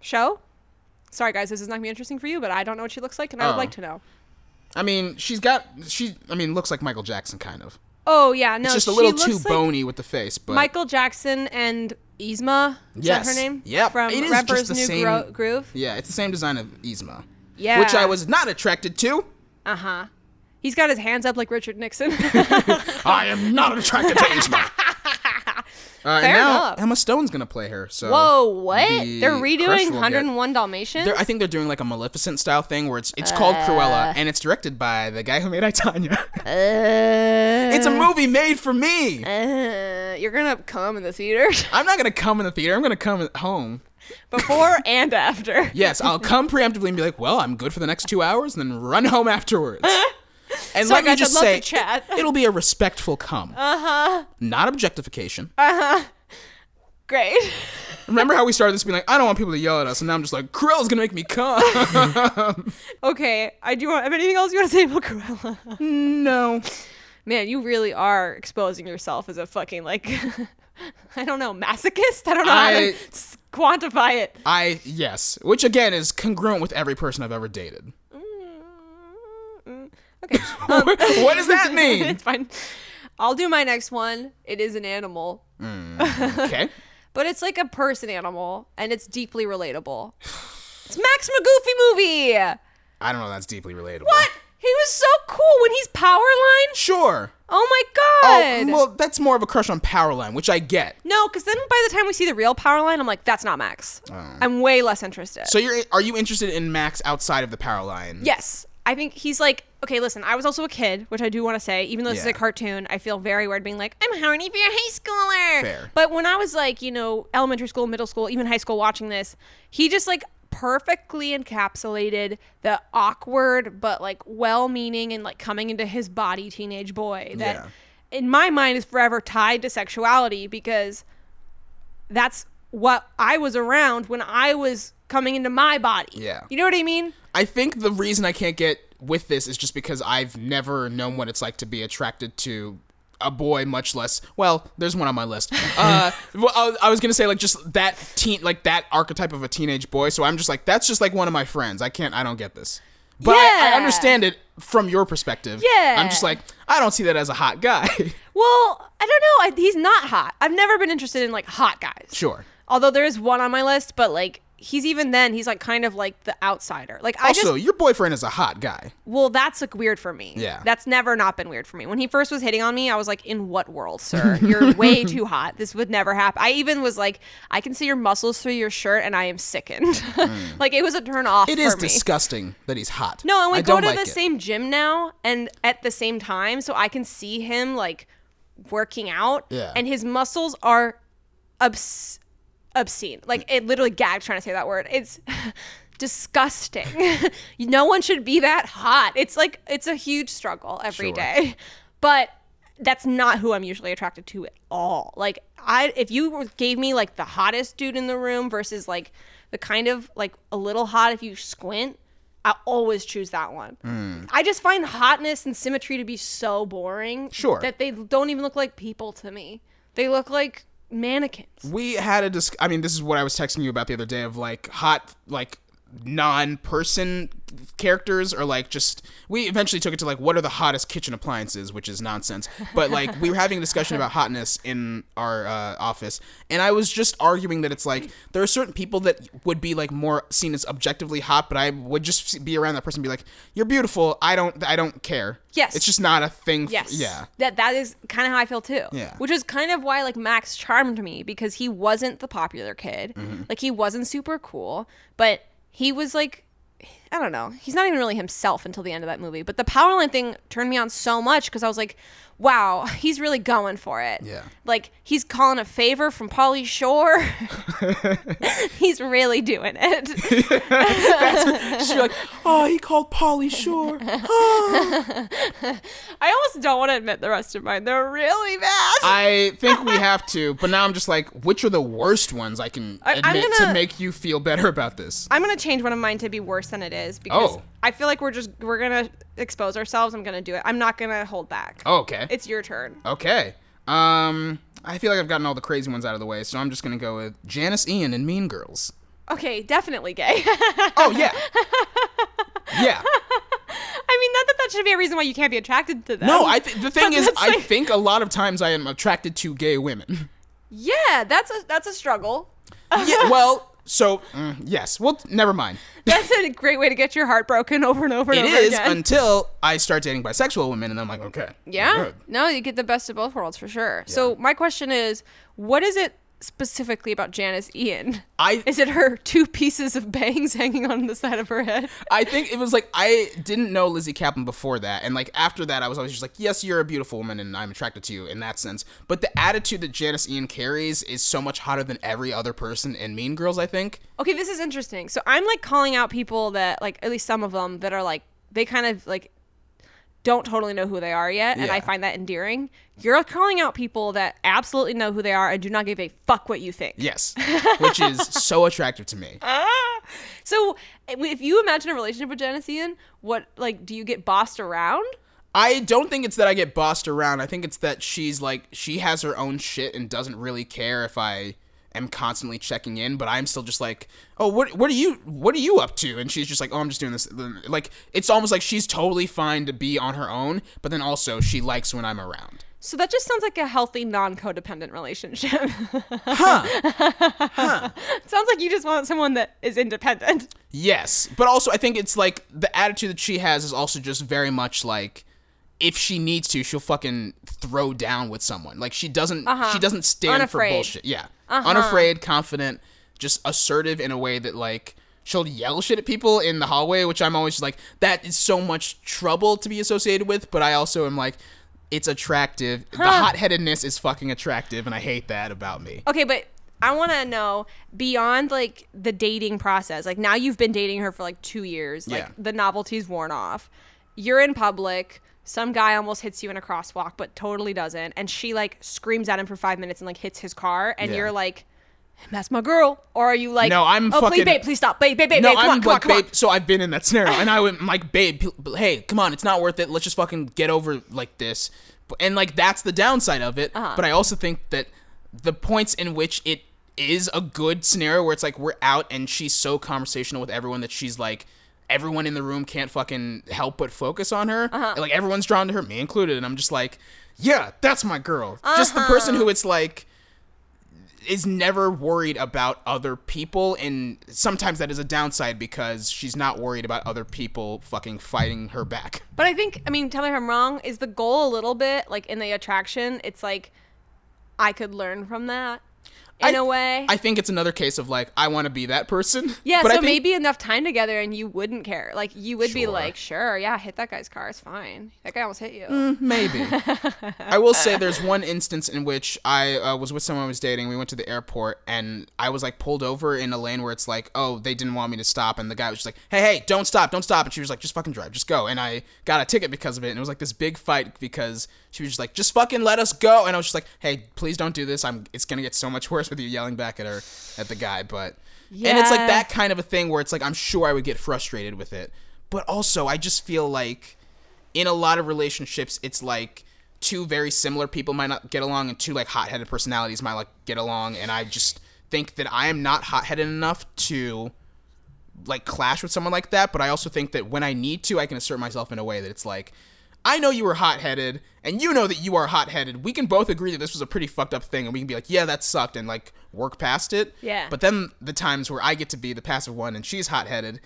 Speaker 2: Show? Sorry, guys, this is not going to be interesting for you, but I don't know what she looks like, and I
Speaker 1: Oh.
Speaker 2: would like to know.
Speaker 1: I mean, she's got she. I mean, looks like Michael Jackson kind of.
Speaker 2: Oh, yeah. No,
Speaker 1: It's just a
Speaker 2: she
Speaker 1: little
Speaker 2: looks
Speaker 1: too
Speaker 2: like
Speaker 1: bony with the face, but
Speaker 2: Michael Jackson and Yzma. Is
Speaker 1: Yes.
Speaker 2: that her name?
Speaker 1: Yep.
Speaker 2: From
Speaker 1: It is just
Speaker 2: Rapper's
Speaker 1: the
Speaker 2: New
Speaker 1: same-
Speaker 2: Gro- Groove.
Speaker 1: yeah, it's the same design of Yzma,
Speaker 2: Yeah.
Speaker 1: which I was not attracted to.
Speaker 2: Uh huh. He's got his hands up like Richard
Speaker 1: [LAUGHS]
Speaker 2: Nixon. [LAUGHS]
Speaker 1: I am not attracted to Yzma. Uh, and
Speaker 2: Fair
Speaker 1: now
Speaker 2: enough.
Speaker 1: Emma Stone's gonna play her. So
Speaker 2: Whoa, what? They're
Speaker 1: the crush will
Speaker 2: redoing
Speaker 1: get-
Speaker 2: 101 Dalmatians?
Speaker 1: They're- I think they're doing like a Maleficent style thing where it's it's called Cruella
Speaker 2: Uh.
Speaker 1: and it's directed by the guy who made I Tanya. [LAUGHS] it's a movie made for me.
Speaker 2: Uh, you're gonna come in the theater [LAUGHS]
Speaker 1: I'm not gonna come in the theater. I'm gonna come at home.
Speaker 2: before
Speaker 1: [LAUGHS]
Speaker 2: and after.
Speaker 1: Yes,
Speaker 2: [LAUGHS]
Speaker 1: I'll come preemptively and be like, "Well, I'm good for the next two hours," and then run [LAUGHS] home
Speaker 2: [LAUGHS]
Speaker 1: afterwards. And
Speaker 2: Sorry,
Speaker 1: let me
Speaker 2: guys,
Speaker 1: just
Speaker 2: I'd love
Speaker 1: say,
Speaker 2: to chat. [LAUGHS] Uh-huh.
Speaker 1: It, will be a respectful come. Uh huh. Not objectification.
Speaker 2: [LAUGHS] Great.
Speaker 1: Remember how we started this being like, I don't want people to yell at us, and now I'm just like, Krilla's gonna make me come.
Speaker 2: [LAUGHS]
Speaker 1: [LAUGHS]
Speaker 2: Okay, I do want. Have anything else you want to say about Cruella? [LAUGHS]
Speaker 1: no.
Speaker 2: Man, you really are exposing yourself as a fucking like, [LAUGHS] I don't know, masochist. I don't know how
Speaker 1: I-
Speaker 2: to s- quantify it.
Speaker 1: I yes, which again is congruent with every person I've ever dated.
Speaker 2: Mm-hmm. Okay, Um,
Speaker 1: [LAUGHS] what does that mean?
Speaker 2: [LAUGHS] it's fine. I'll do my next one. It is an animal,
Speaker 1: okay.
Speaker 2: but it's like a person animal, and it's deeply relatable. It's Max McGoofy movie.
Speaker 1: I don't know. That's deeply relatable.
Speaker 2: But he was so cool when he's Powerline.
Speaker 1: Sure.
Speaker 2: Oh my
Speaker 1: Oh,
Speaker 2: god.
Speaker 1: well, that's more of a crush on Powerline, which I get.
Speaker 2: no, because then by the time we see the real Powerline, I'm like, that's not Max.
Speaker 1: Oh.
Speaker 2: I'm way less interested.
Speaker 1: So you're are you interested in Max outside of the Powerline?
Speaker 2: yes, I think he's like, okay, listen, I was also a kid, which I do want to say, even though this is
Speaker 1: Yeah.
Speaker 2: a cartoon, I feel very weird being like, I'm horny for your high schooler.
Speaker 1: Fair.
Speaker 2: But when I was like, you know, elementary school, middle school, even high school, watching this, he just like perfectly encapsulated the awkward but like well-meaning and like coming into his body teenage boy that
Speaker 1: Yeah.
Speaker 2: in my mind is forever tied to sexuality because that's what I was around when I was coming into my body.
Speaker 1: Yeah.
Speaker 2: You know what I mean?
Speaker 1: I think the reason I can't get with this is just because I've never known what it's like to be attracted to a boy, much less. Well, there's one on my
Speaker 2: [LAUGHS]
Speaker 1: list. Uh, well, I, was- I was gonna say like just that teen, like that archetype of a teenage boy. So I'm just like that's just like one of my friends. I can't. I don't get this. But I, I
Speaker 2: Yeah.
Speaker 1: understand it from your perspective.
Speaker 2: Yeah.
Speaker 1: I'm just like I don't see that as a hot guy. [LAUGHS]
Speaker 2: Well, I don't know. I, he's not hot. I've never been interested in like hot guys.
Speaker 1: sure.
Speaker 2: Although there is one on my list, but like he's even then he's like kind of like the outsider. Like I
Speaker 1: Also,
Speaker 2: just
Speaker 1: your boyfriend is a hot guy.
Speaker 2: well that's like weird for me.
Speaker 1: Yeah.
Speaker 2: That's never not been weird for me. When he first was hitting on me, I was like, "In what
Speaker 1: [LAUGHS]
Speaker 2: world, sir? You're way too hot. This would never happen." I even was like, "I can see your muscles through your shirt and I am sickened." [LAUGHS] like it was a turn off
Speaker 1: Mm. It
Speaker 2: for
Speaker 1: is
Speaker 2: me.
Speaker 1: disgusting that he's hot.
Speaker 2: No, and we
Speaker 1: I
Speaker 2: go
Speaker 1: don't
Speaker 2: to
Speaker 1: like
Speaker 2: the
Speaker 1: it.
Speaker 2: same gym now and at the same time, so I can see him like working out.
Speaker 1: Yeah.
Speaker 2: And his muscles are obs- obscene. Like it literally gagged trying to say that word.
Speaker 1: [LAUGHS]
Speaker 2: It's disgusting. [LAUGHS] no one should be that hot. It's like it's a huge struggle every
Speaker 1: Sure.
Speaker 2: day. But that's not who I'm usually attracted to at all. Like I if you were- gave me like the hottest dude in the room versus like the kind of like a little hot if you squint, I always choose that one.
Speaker 1: Mm.
Speaker 2: I just find hotness and symmetry to be so boring.
Speaker 1: Sure.
Speaker 2: That they don't even look like people to me. They look like mannequins.
Speaker 1: we had a dis- i mean this is what i was texting you about the other day of like hot like non-person characters or like just we eventually took it to like what are the hottest kitchen appliances which is nonsense but like we were having a discussion about hotness in our uh, office and i was just arguing that it's like there are certain people that would be like more seen as objectively hot but i would just be around that person and be like you're beautiful i don't i don't care
Speaker 2: Yes.
Speaker 1: it's just not a thing f-
Speaker 2: Yes.
Speaker 1: yeah
Speaker 2: That that is kind of how I feel too.
Speaker 1: Yeah.
Speaker 2: Which is kind of why like Max charmed me because he wasn't the popular kid.
Speaker 1: Mm-hmm.
Speaker 2: Like he wasn't super cool, but he was like I don't know. He's not even really himself until the end of that movie. But the power line thing turned me on so much because I was like, wow, [LAUGHS] he's really going for it.
Speaker 1: Yeah.
Speaker 2: Like he's calling a favor from
Speaker 1: [LAUGHS]
Speaker 2: Polly Shore. [LAUGHS] he's really doing it. [LAUGHS]
Speaker 1: she's like oh he called polly
Speaker 2: [LAUGHS]
Speaker 1: shore
Speaker 2: I almost don't want to admit the rest of mine. They're really bad.
Speaker 1: I think we have to, but now I'm just like, which are the worst ones I can
Speaker 2: I-
Speaker 1: admit
Speaker 2: I'm
Speaker 1: to
Speaker 2: gonna-
Speaker 1: make you feel better about this?
Speaker 2: I'm gonna change one of mine to be worse than it is because
Speaker 1: Oh.
Speaker 2: I feel like we're just we're gonna expose ourselves. I'm gonna do it. I'm not gonna hold back.
Speaker 1: Oh, Okay.
Speaker 2: It's your turn.
Speaker 1: okay. Um, I feel like I've gotten all the crazy ones out of the way, so I'm just gonna go with Janice Ian and Mean Girls.
Speaker 2: Okay, definitely gay. [LAUGHS]
Speaker 1: Oh yeah. yeah.
Speaker 2: I mean, not that that should be a reason why you can't be attracted to them.
Speaker 1: No, I th- the thing
Speaker 2: But
Speaker 1: is,
Speaker 2: that's
Speaker 1: I
Speaker 2: like-
Speaker 1: think a lot of times I am attracted to gay
Speaker 2: [LAUGHS]
Speaker 1: women.
Speaker 2: yeah, that's a that's a struggle.
Speaker 1: yeah. Well, so mm, yes. Well, never mind.
Speaker 2: That's a great way to get your heart broken [LAUGHS] over and over
Speaker 1: It
Speaker 2: and over
Speaker 1: is
Speaker 2: again.
Speaker 1: until I start dating bisexual women, and I'm like, okay.
Speaker 2: yeah.
Speaker 1: good.
Speaker 2: No, you get the best of both worlds for sure. So my question is, what is it specifically about Janice Ian?
Speaker 1: I
Speaker 2: Is it her two pieces of bangs [LAUGHS] hanging on the side of her head?
Speaker 1: I think it was like I didn't know Lizzie Kaplan before that, and like after that, I was always just like, "Yes, you're a beautiful woman, and I'm attracted to you in that sense." But the attitude that Janice Ian carries is so much hotter than every other person in Mean Girls. I think.
Speaker 2: Okay, this is interesting. So I'm like calling out people that like at least some of them that are like they kind of like don't totally know who they are yet, and
Speaker 1: Yeah.
Speaker 2: I find that endearing. You're calling out people that absolutely know who they are and do not give a fuck what you think.
Speaker 1: Yes, which is so attractive to me.
Speaker 2: So eh, if you imagine a relationship with Janice Ian, what like do you get bossed around?
Speaker 1: I don't think it's that I get bossed around. I think it's that she's like she has her own shit and doesn't really care if I am constantly checking in, but I'm still just like, "Oh, what what are you what are you up to?" And she's just like, "Oh, I'm just doing this." Like it's almost like she's totally fine to be on her own, but then also she likes when I'm around.
Speaker 2: So that just sounds like a healthy non-codependent relationship. [LAUGHS] sounds like you just want someone that is independent.
Speaker 1: Yes, but also I think it's like the attitude that she has is also just very much like if she needs to, she'll fucking throw down with someone. Like she doesn't she doesn't stand
Speaker 2: Unafraid.
Speaker 1: for bullshit. Yeah. Unafraid, confident, just assertive in a way that like she'll yell shit at people in the hallway, which I'm always just like that is so much trouble to be associated with, but I also am like it's attractive. The hot-headedness is fucking attractive and I hate that about me.
Speaker 2: Okay, but I want to know beyond like the dating process. Like now you've been dating her for like 2 years. Like
Speaker 1: Yeah.
Speaker 2: the novelty's worn off. You're in public. Some guy almost hits you in a crosswalk but totally doesn't and she like screams at him for 5 minutes and like hits his car and
Speaker 1: Yeah.
Speaker 2: you're like that's my girl or are you like
Speaker 1: No, I'm
Speaker 2: oh,
Speaker 1: fucking-
Speaker 2: please, babe, please stop. Babe, babe, babe,
Speaker 1: No,
Speaker 2: babe, come
Speaker 1: I'm
Speaker 2: on, come
Speaker 1: like,
Speaker 2: on, come
Speaker 1: babe. So I've been in that scenario, and I went like, babe, p- hey, come on, it's not worth it. Let's just fucking get over like this. B- And like that's the downside of it.
Speaker 2: Uh-huh.
Speaker 1: But I also think that the points in which it is a good scenario where it's like we're out and she's so conversational with everyone that she's like everyone in the room can't fucking help but focus on her.
Speaker 2: Uh-huh.
Speaker 1: And, Like everyone's drawn to her, me
Speaker 2: Uh-huh.
Speaker 1: included, and I'm just like, yeah, that's my girl. Just the person who it's like is never worried about other people and sometimes that is a downside because she's not worried about other people fucking fighting her back.
Speaker 2: But I think, I mean, tell me if I'm wrong, is the goal a little bit like in the attraction? It's like, I could learn from that in
Speaker 1: I-
Speaker 2: a way.
Speaker 1: I think it's another case of like I want to be that person.
Speaker 2: yeah,
Speaker 1: but I
Speaker 2: so
Speaker 1: think-
Speaker 2: maybe enough time together and you wouldn't care. Like, you would be
Speaker 1: Sure.
Speaker 2: like, sure, yeah, hit that guy's car. It's fine. That guy almost hit you.
Speaker 1: Mm. Maybe. I will say there's one instance in which I uh, was with someone I was dating. We went to the airport and I was like pulled over in a lane where it's like, oh, they didn't want me to stop. And the guy was just like, hey, hey, don't stop, don't stop. And she was like, just fucking drive, just go. And I got a ticket because of it. And it was like this big fight because she was just like, just fucking let us go. And I was just like, hey, please don't do this. I'm. It's going to get so much [LAUGHS] worse with you yelling back at her, at the guy. But. And it's like
Speaker 2: Yeah.
Speaker 1: that kind of a thing where it's like, I'm sure I would get frustrated with it. But also, I just feel like in a lot of relationships, it's like two very similar people might not get along, and two like hot-headed personalities might like get along. And I just think that I am not hot-headed enough to like clash with someone like that. But I also think that when I need to, I can assert myself in a way that it's like, I know you were hot-headed, and you know that you are hot-headed. We can both agree that this was a pretty fucked up thing, and we can be like, yeah, that sucked, and like work past it.
Speaker 2: Yeah.
Speaker 1: But then the times where I get to be the passive one and she's hot-headed.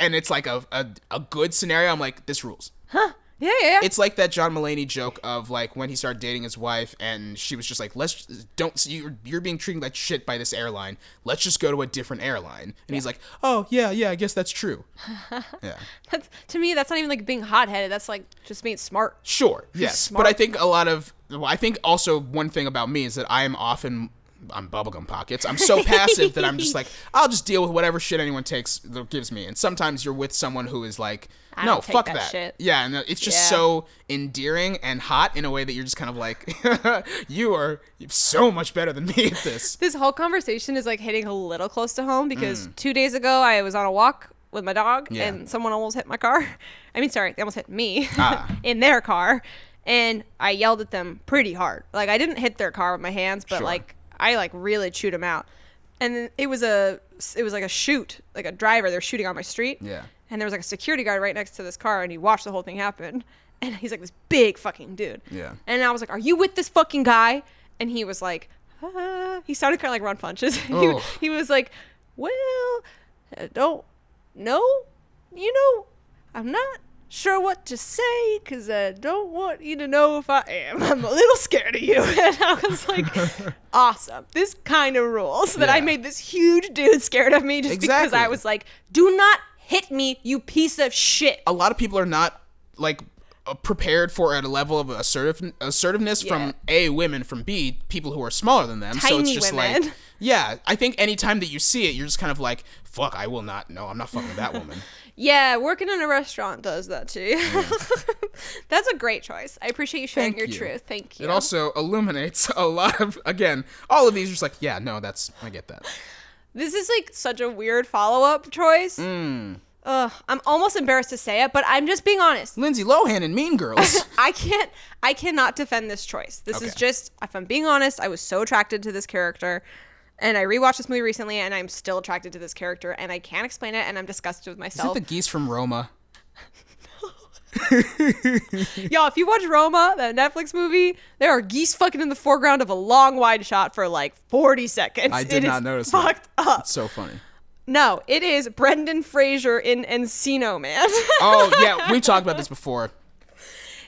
Speaker 1: And it's like a, a, a good scenario. I'm like, this rules
Speaker 2: Yeah, yeah, yeah.
Speaker 1: it's like that John Mulaney joke of like when he started dating his wife and she was just like, let's don't you're, you're being treated like shit by this airline. Let's just go to a different airline. And he's like, oh yeah, yeah, I guess that's true. yeah,
Speaker 2: That's, to me, that's not even like being hot headed. That's like just being smart.
Speaker 1: sure, yes.
Speaker 2: smart.
Speaker 1: But I think a lot of well, I think also one thing about me is that I am often I'm bubblegum pockets. I'm so passive that I'm just
Speaker 2: [LAUGHS]
Speaker 1: like, I'll just deal with whatever shit anyone takes that gives me. And sometimes you're with someone who is like,
Speaker 2: I
Speaker 1: no,
Speaker 2: don't take
Speaker 1: fuck
Speaker 2: that
Speaker 1: that.
Speaker 2: shit.
Speaker 1: Yeah, and it's just
Speaker 2: Yeah.
Speaker 1: so endearing and hot in a way that you're just kind of like, [LAUGHS] you are so much better than me at this. Mm.
Speaker 2: This whole conversation is like hitting a little close to home because two days ago I was on a walk with my dog
Speaker 1: Yeah.
Speaker 2: and someone almost hit my car. [LAUGHS] I mean, sorry, they almost hit me
Speaker 1: Ah.
Speaker 2: [LAUGHS] in their car. And I yelled at them pretty hard. Like, I didn't hit their car with my hands, but
Speaker 1: Sure.
Speaker 2: like, I like really chewed them out. And then it was a, it was like a shoot, like a driver. They're shooting on my street.
Speaker 1: Yeah.
Speaker 2: And there was like a security guard right next to this car, and he watched the whole thing happen. And he's like this big fucking dude.
Speaker 1: Yeah.
Speaker 2: And I was like, "Are you with this fucking guy?" And he was like, uh, he sounded kind of like Ron Funches.
Speaker 1: Oh.
Speaker 2: [LAUGHS] he, he was like, "Well, I don't know. You know, I'm not sure what to say because I don't want you to know if I am. [LAUGHS] I'm a little scared of you." [LAUGHS] And I
Speaker 1: [LAUGHS]
Speaker 2: was like, "Awesome. This kind of rules that I
Speaker 1: Yeah.
Speaker 2: made this huge dude scared of me just because I
Speaker 1: Exactly.
Speaker 2: was was like, "Do not hit me, you piece of shit."
Speaker 1: a lot of people are not like uh, prepared for at a level of assertive assertiveness
Speaker 2: Yeah.
Speaker 1: from a women from b people who are smaller than them so it's
Speaker 2: Tiny
Speaker 1: just
Speaker 2: women.
Speaker 1: like yeah i think anytime that you see it you're just kind of like fuck i will not no i'm not fucking with
Speaker 2: [LAUGHS]
Speaker 1: that woman
Speaker 2: Yeah, working in a restaurant does that to you. [LAUGHS] That's a great choice. I appreciate you sharing
Speaker 1: Thank
Speaker 2: your
Speaker 1: you.
Speaker 2: truth. Thank you.
Speaker 1: it also illuminates a lot of again all of these are just like yeah no that's i get that
Speaker 2: this is like such a weird follow-up choice.
Speaker 1: Mm.
Speaker 2: Ugh, I'm almost embarrassed to say it, but I'm just being honest.
Speaker 1: lindsay lohan and mean
Speaker 2: [LAUGHS]
Speaker 1: girls
Speaker 2: I can't I cannot defend this choice. This is
Speaker 1: Okay.
Speaker 2: just if I'm being honest, I was so attracted to this character. And I rewatched this movie recently and I'm still attracted to this character and I can't explain it and I'm disgusted with
Speaker 1: is it
Speaker 2: myself.
Speaker 1: the geese from roma
Speaker 2: Y'all, if you watch Roma, that Netflix movie, there are geese fucking in the foreground of a long wide shot for like 40 seconds.
Speaker 1: I did
Speaker 2: It
Speaker 1: not
Speaker 2: is
Speaker 1: notice that.
Speaker 2: Fucked up.
Speaker 1: it's so funny
Speaker 2: No, it is Brendan Fraser in Encino Man. [LAUGHS]
Speaker 1: oh yeah we talked about this before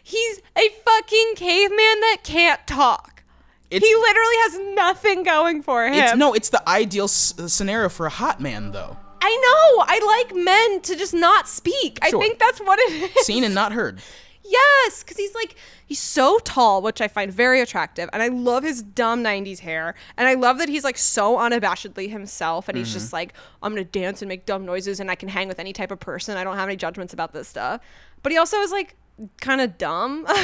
Speaker 2: He's a fucking caveman that can't talk.
Speaker 1: It's-
Speaker 2: he literally has nothing going for him.
Speaker 1: it's no it's the ideal s- scenario for a hot man though
Speaker 2: I know. I like men to just not speak. I
Speaker 1: Sure.
Speaker 2: think that's what it is.
Speaker 1: seen and not heard
Speaker 2: Yes, because he's like he's so tall, which I find very attractive, and I love his dumb '90s hair, and I love that he's like so unabashedly himself, and he's
Speaker 1: Mm-hmm.
Speaker 2: just like, I'm gonna dance and make dumb noises, and I can hang with any type of person. I don't have any judgments about this stuff, but he also is like kind of dumb. [LAUGHS]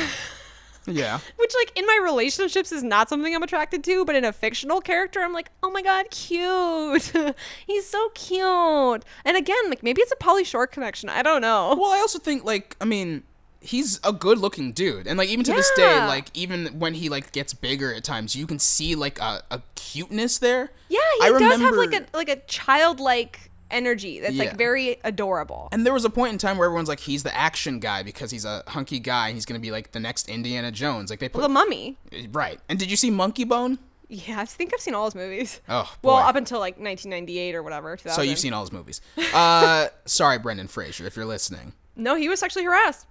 Speaker 1: yeah
Speaker 2: Which, like, in my relationships is not something I'm attracted to, but in a fictional character, I'm like, oh my god, cute. [LAUGHS] He's so cute. And again, like, maybe it's a Polly Shore connection. I don't know.
Speaker 1: Well, I also think like I mean, he's a good-looking dude, and like even to this day,
Speaker 2: Yeah.
Speaker 1: like even when he like gets bigger at times, you can see like a, a cuteness there.
Speaker 2: Yeah, he does have like a like a childlike energy that's
Speaker 1: Yeah.
Speaker 2: like very adorable.
Speaker 1: And there was a point in time where everyone's like, he's the action guy because he's a hunky guy and he's gonna be like the next Indiana Jones. Like they put
Speaker 2: the mummy.
Speaker 1: right. And did you see Monkey Bone?
Speaker 2: Yeah, I think I've seen all his movies.
Speaker 1: Oh,
Speaker 2: well,
Speaker 1: boy.
Speaker 2: up until like 1998 or whatever.
Speaker 1: so
Speaker 2: 2000.
Speaker 1: you've seen all his movies. Uh, [LAUGHS] sorry, Brendan Fraser, if you're listening.
Speaker 2: No, he was sexually harassed.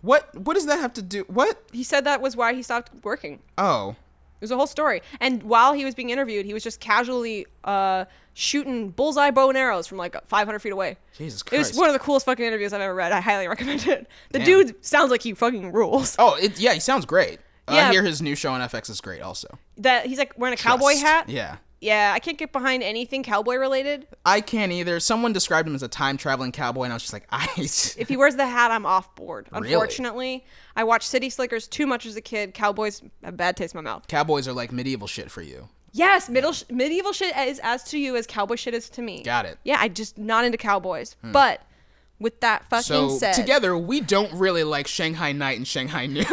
Speaker 1: What what does that have to do? What?
Speaker 2: He said that was why he stopped working.
Speaker 1: Oh,
Speaker 2: It was a whole story. And while he was being interviewed, he was just casually uh, shooting bullseye bow and arrows from like 500 feet away.
Speaker 1: Jesus
Speaker 2: It
Speaker 1: Christ.
Speaker 2: was one of the coolest fucking interviews I've ever read. I highly [LAUGHS] recommend it. The
Speaker 1: Damn.
Speaker 2: dude sounds like he fucking rules.
Speaker 1: oh, it, yeah, he sounds great. Uh,
Speaker 2: Yeah.
Speaker 1: I hear his new show on FX is great. Also,
Speaker 2: That he's like wearing a cowboy
Speaker 1: Trust.
Speaker 2: hat.
Speaker 1: Yeah,
Speaker 2: Yeah, I can't get behind anything cowboy related.
Speaker 1: I can't either. Someone described him as a time traveling cowboy, and I was just like, [LAUGHS] I.
Speaker 2: If he wears the hat, I'm off board.
Speaker 1: Really?
Speaker 2: Unfortunately, I watched City Slickers too much as a kid. Cowboys have bad taste in my mouth.
Speaker 1: Cowboys are like medieval shit for you.
Speaker 2: Yes, middle sh- medieval shit is as to you as cowboy shit is to me.
Speaker 1: Got it. Hmm.
Speaker 2: Yeah, I just not into cowboys. But with that fucking
Speaker 1: So
Speaker 2: said,
Speaker 1: together, we don't really like Shanghai Night and Shanghai
Speaker 2: [LAUGHS]
Speaker 1: Noon.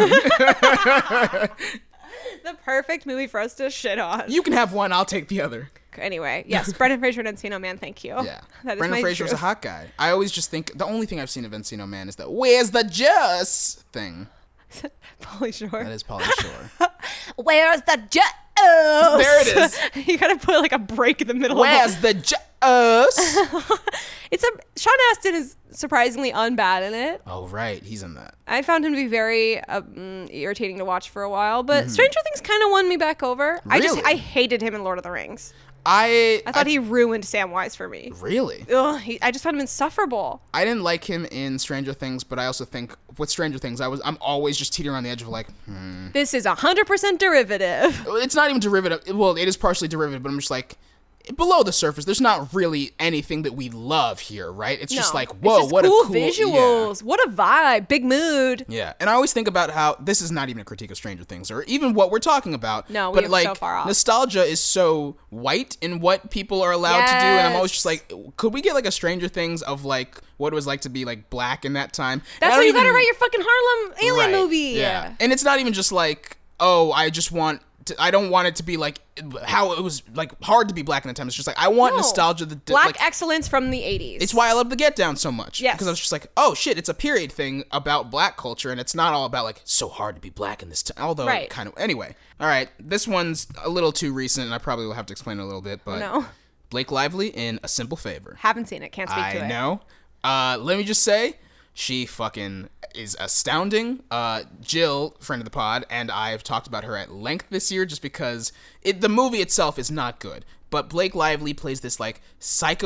Speaker 2: the perfect movie for us to shit on.
Speaker 1: you can have one. I'll take the other.
Speaker 2: anyway,
Speaker 1: [LAUGHS]
Speaker 2: yes, Brendan Fraser and Encino Man, thank you.
Speaker 1: Yeah.
Speaker 2: [LAUGHS] that is
Speaker 1: Brendan
Speaker 2: my
Speaker 1: Fraser was a
Speaker 2: truth.
Speaker 1: hot guy. I always just think the only thing I've seen of Encino Man is the "Where's the Jus?" thing.
Speaker 2: [LAUGHS] Polly Shore.
Speaker 1: That is Polly
Speaker 2: [LAUGHS]
Speaker 1: Shore.
Speaker 2: Where's the jet? Oh,
Speaker 1: There it is.
Speaker 2: [LAUGHS] you gotta put like a break in the middle. of it.
Speaker 1: Where's the Jus? [LAUGHS]
Speaker 2: It's a Sean Astin is surprisingly unbad in it.
Speaker 1: oh right, he's in that.
Speaker 2: I found him to be very um, irritating to watch for a while, but Stranger Things kind of won me back over. I just
Speaker 1: Mm-hmm. Really?
Speaker 2: I hated him in Lord of the Rings.
Speaker 1: I
Speaker 2: I thought he ruined Samwise for me.
Speaker 1: really.
Speaker 2: Ugh, he, I just found him insufferable.
Speaker 1: I didn't like him in Stranger Things, but I also think with Stranger Things, I was I'm always just teetering on the edge of like, hmm.
Speaker 2: This is hundred percent derivative.
Speaker 1: it's not even derivative. Well, it is partially derivative, but I'm just like. Below the surface, there's not really anything that we love here, right? It's just
Speaker 2: No.
Speaker 1: like,
Speaker 2: It's
Speaker 1: whoa,
Speaker 2: just
Speaker 1: what
Speaker 2: cool
Speaker 1: a cool yeah.
Speaker 2: visuals! What a vibe! Big mood.
Speaker 1: Yeah, and I always think about how this is not even a critique of Stranger Things or even what we're talking about.
Speaker 2: No, we
Speaker 1: but
Speaker 2: are so
Speaker 1: like
Speaker 2: far off.
Speaker 1: nostalgia is so white in what people are allowed to do, and I'm always just
Speaker 2: Yes.
Speaker 1: like, could we get like a Stranger Things of like what it was like to be like black in that time? And
Speaker 2: That's
Speaker 1: I
Speaker 2: why
Speaker 1: don't
Speaker 2: you
Speaker 1: even-
Speaker 2: gotta write your fucking Harlem alien
Speaker 1: Right,
Speaker 2: movie.
Speaker 1: and it's not even just like, oh, I just want. To, I don't want it to be like how it was like hard to be black in that time. It's just like I want
Speaker 2: No.
Speaker 1: nostalgia. That, that,
Speaker 2: Black
Speaker 1: like,
Speaker 2: excellence from the eighties.
Speaker 1: it's why I love the Get Down so much.
Speaker 2: Yes.
Speaker 1: Because I was just like, oh shit, it's a period thing about black culture, and it's not all about like so hard to be black in this time. Although,
Speaker 2: Right.
Speaker 1: kind of. Anyway, all right, this one's a little too recent, and I probably will have to explain it a little bit. But
Speaker 2: no.
Speaker 1: Blake Lively in A Simple Favor.
Speaker 2: haven't seen it. Can't speak to
Speaker 1: I
Speaker 2: it.
Speaker 1: know. Uh, let me just say, she fucking is astounding. Uh, Jill, friend of the pod, and I have talked about her at length this year just because it, the movie itself is not good. But Blake Lively plays this like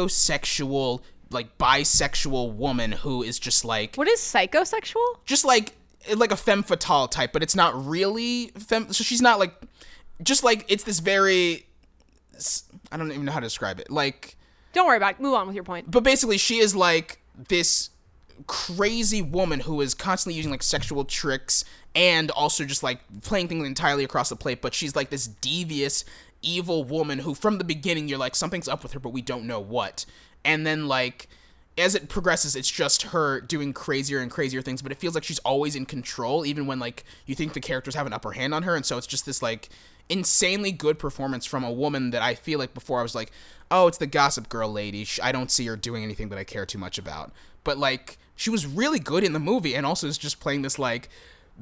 Speaker 1: psychosexual, like bisexual woman who is just like
Speaker 2: What is psychosexual?
Speaker 1: just like like a femme fatale type, but it's not really femme. So she's not like just like it's this very. s- I don't even know how to describe it. Like
Speaker 2: Don't worry about it. Move on with your point.
Speaker 1: but basically she is like this crazy woman who is constantly using like sexual tricks and also just like playing things entirely across the plate but she's like this devious evil woman who from the beginning you're like something's up with her but we don't know what and then like as it progresses it's just her doing crazier and crazier things but it feels like she's always in control even when like you think the characters have an upper hand on her and so it's just this like insanely good performance from a woman that I feel like before I was like, oh, it's the Gossip Girl lady. Sh- I don't see her doing anything that I care too much about. But like, she was really good in the movie, and also is just playing this like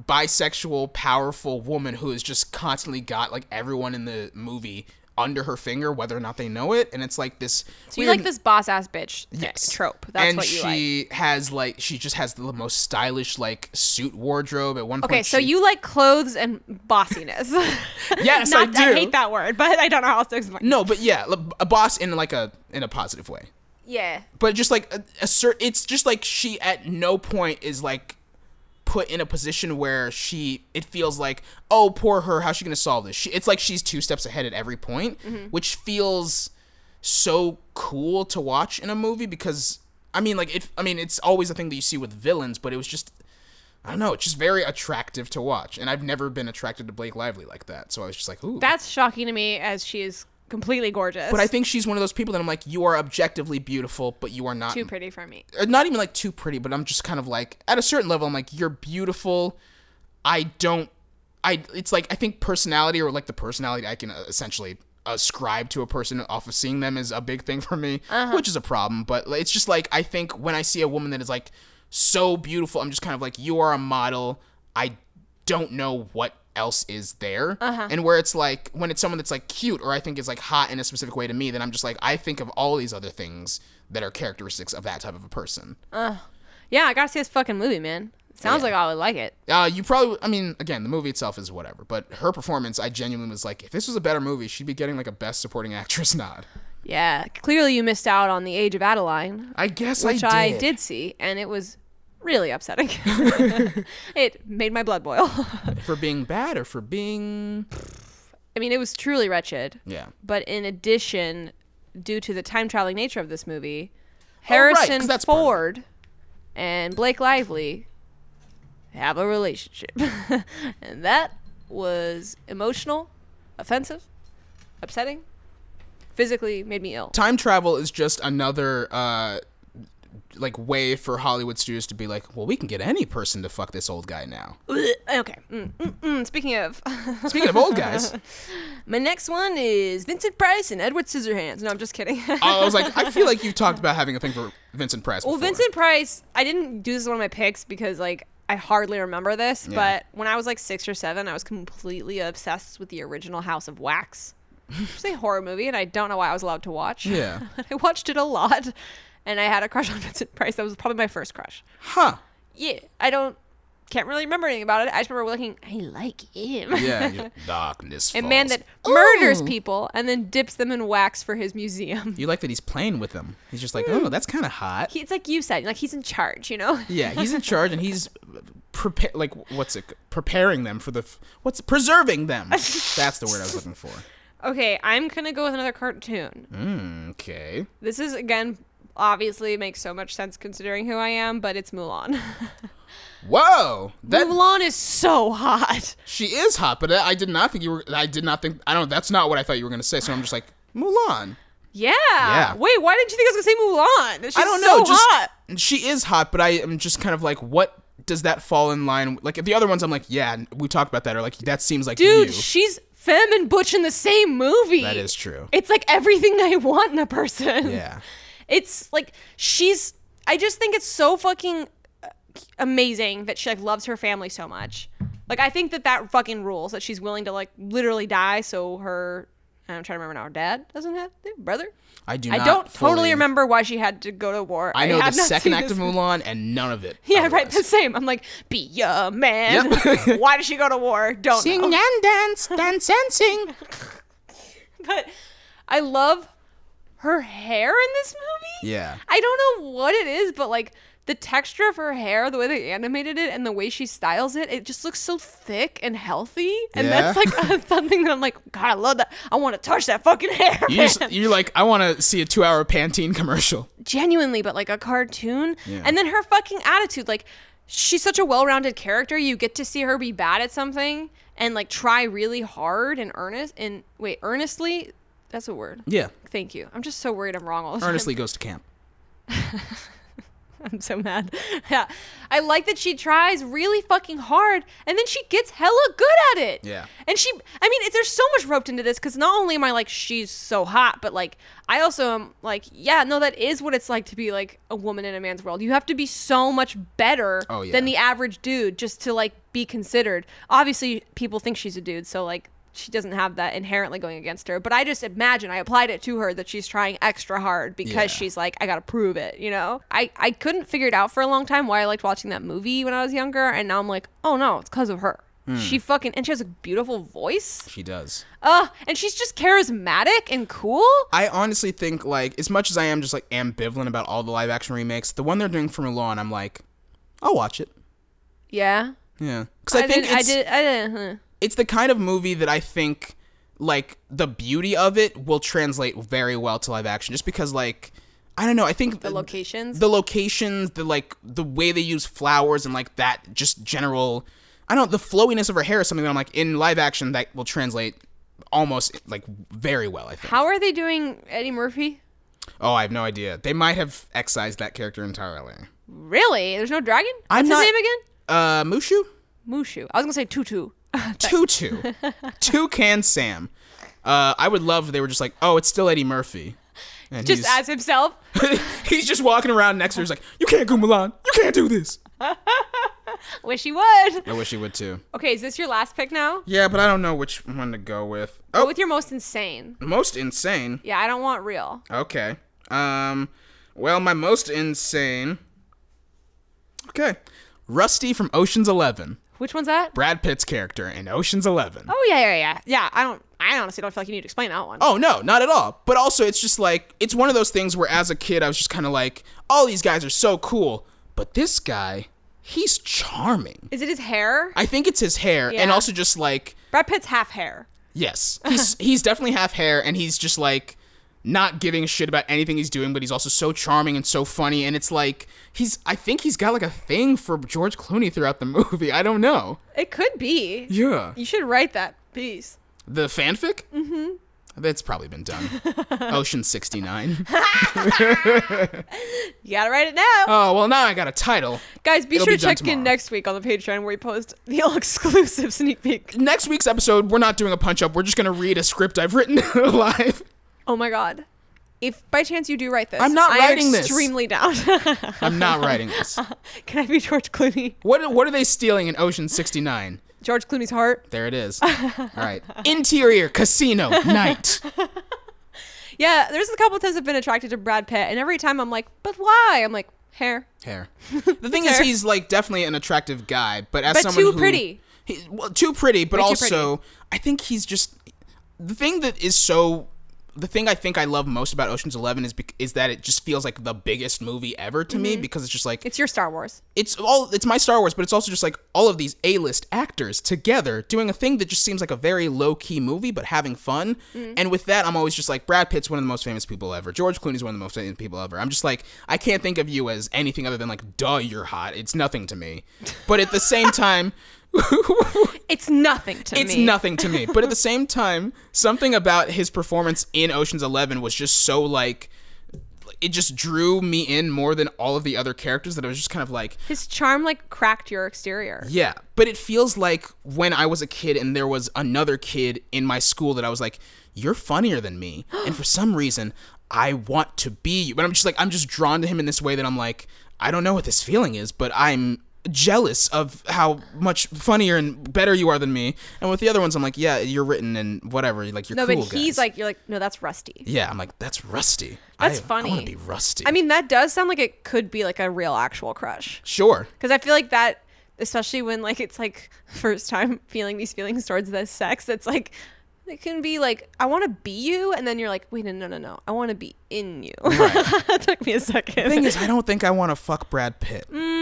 Speaker 1: bisexual, powerful woman who has just constantly got like everyone in the movie under her finger, whether or not they know it. And it's like this.
Speaker 2: So you like this boss ass bitch
Speaker 1: Yes.
Speaker 2: trope. That's
Speaker 1: and
Speaker 2: what you like.
Speaker 1: she has like she just has the most stylish like suit wardrobe. At one point,
Speaker 2: Okay, so
Speaker 1: she-
Speaker 2: you like clothes and bossiness.
Speaker 1: [LAUGHS]
Speaker 2: [LAUGHS]
Speaker 1: Yes, I
Speaker 2: Not, I
Speaker 1: do.
Speaker 2: hate that word, but I don't know how else to explain.
Speaker 1: no, but yeah, a boss in like a in a positive way.
Speaker 2: Yeah.
Speaker 1: but just like a, a cer- it's just like she at no point is like put in a position where she it feels like oh poor her how's she gonna solve this she, it's like she's two steps ahead at every point
Speaker 2: Mm-hmm.
Speaker 1: which feels so cool to watch in a movie because i mean like it i mean it's always a thing that you see with villains but it was just i don't know it's just very attractive to watch and i've never been attracted to blake lively like that so i was just like ooh
Speaker 2: That's shocking to me as she is completely gorgeous.
Speaker 1: but i think she's one of those people that i'm like you are objectively beautiful but you are not
Speaker 2: too pretty for me.
Speaker 1: uh, not even like too pretty, but I'm just kind of like at a certain level, I'm like you're beautiful. I don't. I it's like I think personality or like the personality I can uh, essentially ascribe to a person off of seeing them is a big thing for me, which is a problem. But like, it's just like I think when I see a woman that is like so beautiful, I'm just kind of like you are a model. I don't know what else is there. And where it's like when it's someone that's like cute or I think is like hot in a specific way to me, then I'm just like I think of all these other things that are characteristics of that type of a person.
Speaker 2: Yeah, I gotta see this fucking movie, man.
Speaker 1: Oh,
Speaker 2: Sounds like I would like it.
Speaker 1: Uh, you probably, I mean, again, the movie itself is whatever, but her performance, I genuinely was like, if this was a better movie, she'd be getting like a best supporting actress [LAUGHS] nod.
Speaker 2: Yeah, clearly you missed out on the Age of Adeline,
Speaker 1: I guess
Speaker 2: which
Speaker 1: I
Speaker 2: I
Speaker 1: did.
Speaker 2: did. see, and it was
Speaker 1: [LAUGHS]
Speaker 2: really upsetting. [LAUGHS] it made my blood boil. [LAUGHS]
Speaker 1: for being bad or for being
Speaker 2: I mean, it was truly wretched.
Speaker 1: yeah.
Speaker 2: But in addition, due to the time traveling nature of this movie,
Speaker 1: Oh, right, 'cause
Speaker 2: Harrison
Speaker 1: that's part of it.
Speaker 2: Ford and Blake Lively have a relationship. [LAUGHS] and that was emotional, offensive, upsetting, physically made me ill.
Speaker 1: Time travel is just another uh like way for Hollywood studios to be like, well, we can get any person to fuck this old guy now.
Speaker 2: okay. Mm, mm, mm. Speaking of, [LAUGHS]
Speaker 1: Speaking of old guys,
Speaker 2: my next one is Vincent Price and Edward Scissorhands. No, I'm just kidding. [LAUGHS]
Speaker 1: I was like, I feel like you talked about having a thing for Vincent Price.
Speaker 2: Well,
Speaker 1: before.
Speaker 2: Vincent Price, I didn't do this as one of my picks because like I hardly remember this,
Speaker 1: Yeah.
Speaker 2: but when I was like six or seven, I was completely obsessed with the original House of Wax. It's a horror movie, and I don't know why I was allowed to watch.
Speaker 1: Yeah.
Speaker 2: [LAUGHS] I watched it a lot, and I had a crush on [LAUGHS] Vincent Price. That was probably my first crush.
Speaker 1: huh?
Speaker 2: Yeah, I don't, can't really remember anything about it. I just remember looking, I like him.
Speaker 1: Yeah, you- darkness.
Speaker 2: [LAUGHS] a man
Speaker 1: falls.
Speaker 2: that murders
Speaker 1: Ooh.
Speaker 2: people and then dips them in wax for his museum. [LAUGHS]
Speaker 1: You like that he's playing with them. He's just like,
Speaker 2: Hmm.
Speaker 1: oh, that's kind of hot.
Speaker 2: He, it's like you said, like he's in charge, you know? [LAUGHS]
Speaker 1: Yeah, he's in charge and he's prepare like what's it preparing them for the f- what's preserving
Speaker 2: [LAUGHS]
Speaker 1: them. That's the word I was looking for.
Speaker 2: Okay, I'm gonna go with another cartoon.
Speaker 1: Hmm, Okay.
Speaker 2: This is again obviously makes so much sense considering who I am, but it's Mulan. [LAUGHS]
Speaker 1: Whoa. That
Speaker 2: Mulan is so hot.
Speaker 1: she is hot, but I did not think you were I did not think I don't that's not what I thought you were going to say. So I'm just like, Mulan.
Speaker 2: Yeah.
Speaker 1: Yeah.
Speaker 2: Wait, why didn't you think I was gonna say Mulan? She's
Speaker 1: I don't know,
Speaker 2: so
Speaker 1: just
Speaker 2: hot.
Speaker 1: she is hot, but I am just kind of like what does that fall in line like the other ones I'm like, yeah, we talked about that or like that seems like
Speaker 2: Dude,
Speaker 1: you.
Speaker 2: she's Femme and Butch in the same movie.
Speaker 1: that is true.
Speaker 2: It's like everything I want in a person.
Speaker 1: Yeah.
Speaker 2: It's like she's. I just think it's so fucking uh, amazing that she like loves her family so much. Like I think that that fucking rules that she's willing to like literally die so her. I'm trying to remember now. Her dad doesn't have they have a brother.
Speaker 1: I do
Speaker 2: I
Speaker 1: not
Speaker 2: don't totally
Speaker 1: fully-
Speaker 2: remember why she had to go to war.
Speaker 1: I know the
Speaker 2: have not
Speaker 1: second
Speaker 2: seen
Speaker 1: act
Speaker 2: this
Speaker 1: of Mulan and none of it.
Speaker 2: [LAUGHS] Yeah, right.
Speaker 1: otherwise.
Speaker 2: The same. I'm like, be a man.
Speaker 1: Yep. [LAUGHS]
Speaker 2: why did she go to war? Don't
Speaker 1: Sing
Speaker 2: know.
Speaker 1: and dance, dance and sing.
Speaker 2: [LAUGHS] But I love her hair in this
Speaker 1: [LAUGHS]
Speaker 2: movie.
Speaker 1: Yeah.
Speaker 2: I don't know what it is, but like the texture of her hair, the way they animated it, and the way she styles it, it just looks so thick and healthy. And
Speaker 1: Yeah.
Speaker 2: that's like [LAUGHS] a, something that I'm like, God, I love that. I want to touch that fucking hair.
Speaker 1: You just, [LAUGHS]
Speaker 2: man."
Speaker 1: you're like, I want to see a two hour Pantene commercial.
Speaker 2: Genuinely, but like a cartoon.
Speaker 1: Yeah.
Speaker 2: And then her fucking attitude, like, she's such a well rounded character. You get to see her be bad at something and like try really hard and earnest and wait, earnestly. That's a word.
Speaker 1: Yeah.
Speaker 2: Thank you. I'm just so worried I'm wrong all the time.
Speaker 1: Earnestly goes to camp.
Speaker 2: [LAUGHS] I'm so mad. Yeah. I like that she tries really fucking hard and then she gets hella good at it.
Speaker 1: Yeah.
Speaker 2: And she, I mean, it, there's so much roped into this because not only am I like, she's so hot, but like, I also am like, yeah, no, that is what it's like to be like a woman in a man's world. You have to be so much better
Speaker 1: Oh, yeah.
Speaker 2: than the average dude just to like be considered. Obviously, people think she's a dude, so like, she doesn't have that inherently going against her, but I just imagine I applied it to her that she's trying extra hard because
Speaker 1: Yeah.
Speaker 2: she's like, I gotta prove it, you know? I, I couldn't figure it out for a long time why I liked watching that movie when I was younger, and now I'm like, oh no, it's because of her.
Speaker 1: Hmm.
Speaker 2: She fucking and she has a beautiful voice.
Speaker 1: She does.
Speaker 2: Uh, and she's just charismatic and cool.
Speaker 1: I honestly think, like, as much as I am just, like, ambivalent about all the live action remakes, the one they're doing for Mulan, I'm like, I'll watch it.
Speaker 2: Yeah.
Speaker 1: Yeah. Because I, think
Speaker 2: didn't, I
Speaker 1: it's,
Speaker 2: did. I did. huh.
Speaker 1: it's the kind of movie that I think, like, the beauty of it will translate very well to live action just because, like, I don't know. I think
Speaker 2: The locations.
Speaker 1: the locations, the like the way they use flowers and like that just general I don't the flowiness of her hair is something that I'm like in live action that will translate almost like very well, I think.
Speaker 2: How are they doing Eddie Murphy?
Speaker 1: Oh, I have no idea. They might have excised that character entirely.
Speaker 2: Really? There's no dragon. What's
Speaker 1: I'm
Speaker 2: his
Speaker 1: not-
Speaker 2: name again?
Speaker 1: Uh Mushu?
Speaker 2: Mushu. I was gonna say Tutu. [LAUGHS]
Speaker 1: Tutu. Toucan Sam. Uh, I would love if they were just like, oh, it's still Eddie Murphy. And
Speaker 2: Just
Speaker 1: he's,
Speaker 2: as himself.
Speaker 1: [LAUGHS] he's just walking around next to her, he's like, you can't go Milan. You can't do this.
Speaker 2: Wish he would.
Speaker 1: I wish he would too.
Speaker 2: Okay, is this your last pick now?
Speaker 1: Yeah, but I don't know which one to go with.
Speaker 2: Go
Speaker 1: Oh,
Speaker 2: with your most insane.
Speaker 1: most insane.
Speaker 2: Yeah, I don't want real.
Speaker 1: Okay. Um. Well, my most insane. Okay. Rusty from Ocean's Eleven.
Speaker 2: Which one's that?
Speaker 1: Brad Pitt's character in Ocean's Eleven.
Speaker 2: Oh yeah, yeah, yeah. Yeah, I don't. I honestly don't feel like you need to explain that one.
Speaker 1: Oh no, not at all. But also, it's just like it's one of those things where, as a kid, I was just kind of like, all these guys are so cool, but this guy, he's charming.
Speaker 2: Is it his hair?
Speaker 1: I think it's his hair, and
Speaker 2: Yeah.
Speaker 1: also just like,
Speaker 2: Brad Pitt's half hair.
Speaker 1: yes, he's [LAUGHS] he's definitely half hair, and he's just like not giving a shit about anything he's doing, but he's also so charming and so funny, and it's like he's I think he's got like a thing for George Clooney throughout the [LAUGHS] movie. I don't know.
Speaker 2: It could be.
Speaker 1: Yeah.
Speaker 2: You should write that piece.
Speaker 1: The fanfic? Mm-hmm. That's probably been done. [LAUGHS] Ocean 69.
Speaker 2: You gotta write it now.
Speaker 1: Oh, well, now I got a title.
Speaker 2: Guys, be
Speaker 1: It'll
Speaker 2: sure
Speaker 1: be
Speaker 2: to
Speaker 1: done
Speaker 2: check
Speaker 1: tomorrow.
Speaker 2: in next week on the Patreon where we post the [LAUGHS] all exclusive sneak peek.
Speaker 1: Next week's episode, we're not doing a punch up. We're just going to read a script I've written [LAUGHS] live.
Speaker 2: Oh my god. If by chance you do write this,
Speaker 1: I'm not
Speaker 2: I am
Speaker 1: writing this.
Speaker 2: extremely down. [LAUGHS]
Speaker 1: I'm not writing this.
Speaker 2: Can I be [LAUGHS] George Clooney?
Speaker 1: What, what are they stealing in Ocean 69?
Speaker 2: George Clooney's heart.
Speaker 1: There it
Speaker 2: [LAUGHS]
Speaker 1: is. All right. Interior casino night.
Speaker 2: Yeah, there's a couple times I've been attracted to Brad Pitt, and every time I'm like, but why? I'm like, hair.
Speaker 1: Hair. The thing is,
Speaker 2: Hair.
Speaker 1: he's like definitely an attractive guy, but as
Speaker 2: But
Speaker 1: someone
Speaker 2: too
Speaker 1: who-
Speaker 2: pretty.
Speaker 1: he, well, too pretty, but,
Speaker 2: But too pretty.
Speaker 1: also I think he's just the thing that is so. The thing I think I love most about Ocean's Eleven is bec- is that it just feels like the biggest movie ever to
Speaker 2: Mm-hmm.
Speaker 1: me because it's just like
Speaker 2: It's your Star Wars.
Speaker 1: it's all it's my Star Wars, but it's also just like all of these A list actors together doing a thing that just seems like a very low key movie, but having fun.
Speaker 2: Mm-hmm.
Speaker 1: And with that, I'm always just like Brad Pitt's one of the most famous people ever. George Clooney's one of the most famous people ever. I'm just like I can't think of you as anything other than like, duh, you're hot. It's nothing to
Speaker 2: [LAUGHS]
Speaker 1: me. But at the same time.
Speaker 2: It's nothing [LAUGHS] to
Speaker 1: It's
Speaker 2: me.
Speaker 1: nothing to me.
Speaker 2: [LAUGHS]
Speaker 1: But at the same time, something about his performance in Ocean's Eleven was just so like it just drew me in more than all of the other characters that I was just kind of like,
Speaker 2: His charm like cracked your exterior.
Speaker 1: yeah. But it feels like when I was a kid and there was another kid in my school that I was like, you're funnier than
Speaker 2: [GASPS]
Speaker 1: me. and for some reason, I want to be you. But I'm just like, I'm just drawn to him in this way that I'm like, I don't know what this feeling is, but I'm jealous of how much funnier and better you are than me. And with the other ones, I'm like, yeah, you're written and whatever. Like, you're
Speaker 2: No,
Speaker 1: cool.
Speaker 2: but he's
Speaker 1: guys.
Speaker 2: like, you're like, no, that's Rusty.
Speaker 1: yeah, I'm like, that's rusty.
Speaker 2: That's
Speaker 1: I, I
Speaker 2: funny.
Speaker 1: want to be rusty.
Speaker 2: I mean, that does sound like it could be like a real actual crush.
Speaker 1: sure.
Speaker 2: Because I feel like that, especially when like it's like [LAUGHS] first time feeling these feelings towards this sex, it's like it can be like I want to be you, and then you're like, wait, no, no, no, no. I want to be in you. [LAUGHS] it took me a second.
Speaker 1: The thing is, I don't think I want to fuck Brad Pitt.
Speaker 2: Mm.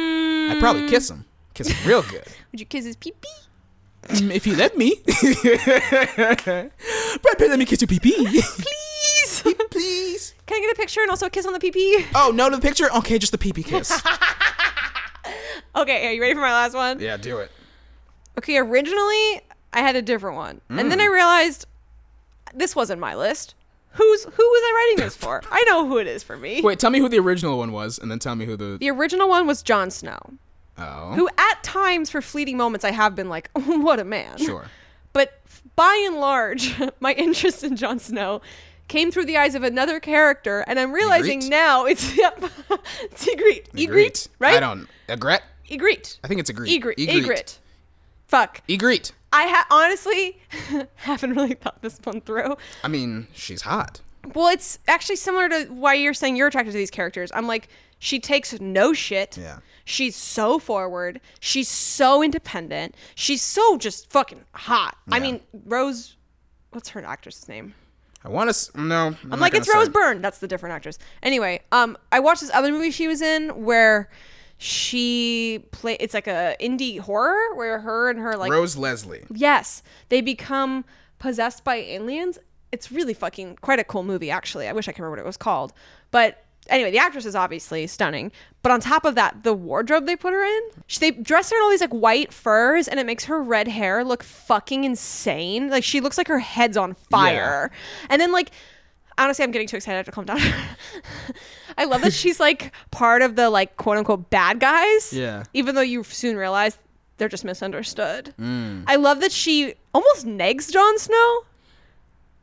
Speaker 1: I'd probably kiss him. Kiss him real good.
Speaker 2: Would you kiss his pee pee?
Speaker 1: Mm, if you let me. Brad Pitt, let me kiss your pee pee. Please. [LAUGHS] Please.
Speaker 2: Can I get a picture and also a kiss on the pee pee?
Speaker 1: Oh, no to the picture? Okay, just the pee pee kiss.
Speaker 2: [LAUGHS] Okay, are you ready for my last one?
Speaker 1: yeah, do it.
Speaker 2: Okay, originally I had a different one, and
Speaker 1: Mm.
Speaker 2: then I realized this wasn't my list. Who's who was I writing
Speaker 1: [LAUGHS]
Speaker 2: this for? I know who it is for me.
Speaker 1: Wait, tell me who the original one was, and then tell me who the.
Speaker 2: The original one was Jon Snow.
Speaker 1: Oh.
Speaker 2: who at times for fleeting moments I have been like, [LAUGHS] what a man.
Speaker 1: Sure.
Speaker 2: But f- by and large, [LAUGHS] my interest in Jon Snow came through the eyes of another character, and I'm realizing
Speaker 1: Ygritte?
Speaker 2: now it's [LAUGHS] yep, it's Ygritte. Ygritte, right?
Speaker 1: I don't. Egret?
Speaker 2: Ygritte.
Speaker 1: I think it's Egret.
Speaker 2: Ygritte. Ygritte. E Fuck.
Speaker 1: Egret.
Speaker 2: I ha- honestly [LAUGHS] haven't really thought this one through.
Speaker 1: I mean, she's hot.
Speaker 2: Well, it's actually similar to why you're saying you're attracted to these characters. I'm like, she takes no shit.
Speaker 1: Yeah.
Speaker 2: She's so forward. She's so independent. She's so just fucking hot. I
Speaker 1: Yeah.
Speaker 2: mean, Rose, what's her actress's name?
Speaker 1: I want to. No. I'm,
Speaker 2: I'm
Speaker 1: not
Speaker 2: like, it's
Speaker 1: gonna
Speaker 2: Rose
Speaker 1: say.
Speaker 2: Byrne. That's the different actress. Anyway, um, I watched this other movie she was in where she play. It's like a indie horror where her and her like
Speaker 1: Rose Leslie.
Speaker 2: Yes, they become possessed by aliens. It's really fucking quite a cool movie, actually. I wish I could remember what it was called. But anyway, the actress is obviously stunning. But on top of that, the wardrobe they put her in, she, they dress her in all these like white furs, and it makes her red hair look fucking insane. Like she looks like her head's on fire. And then like. Honestly, I'm getting too excited. I have to calm down. [LAUGHS] I love that she's like part of the like quote unquote bad guys.
Speaker 1: Yeah.
Speaker 2: Even though you soon realize they're
Speaker 1: Hmm.
Speaker 2: just misunderstood. I love that she almost negs Jon Snow.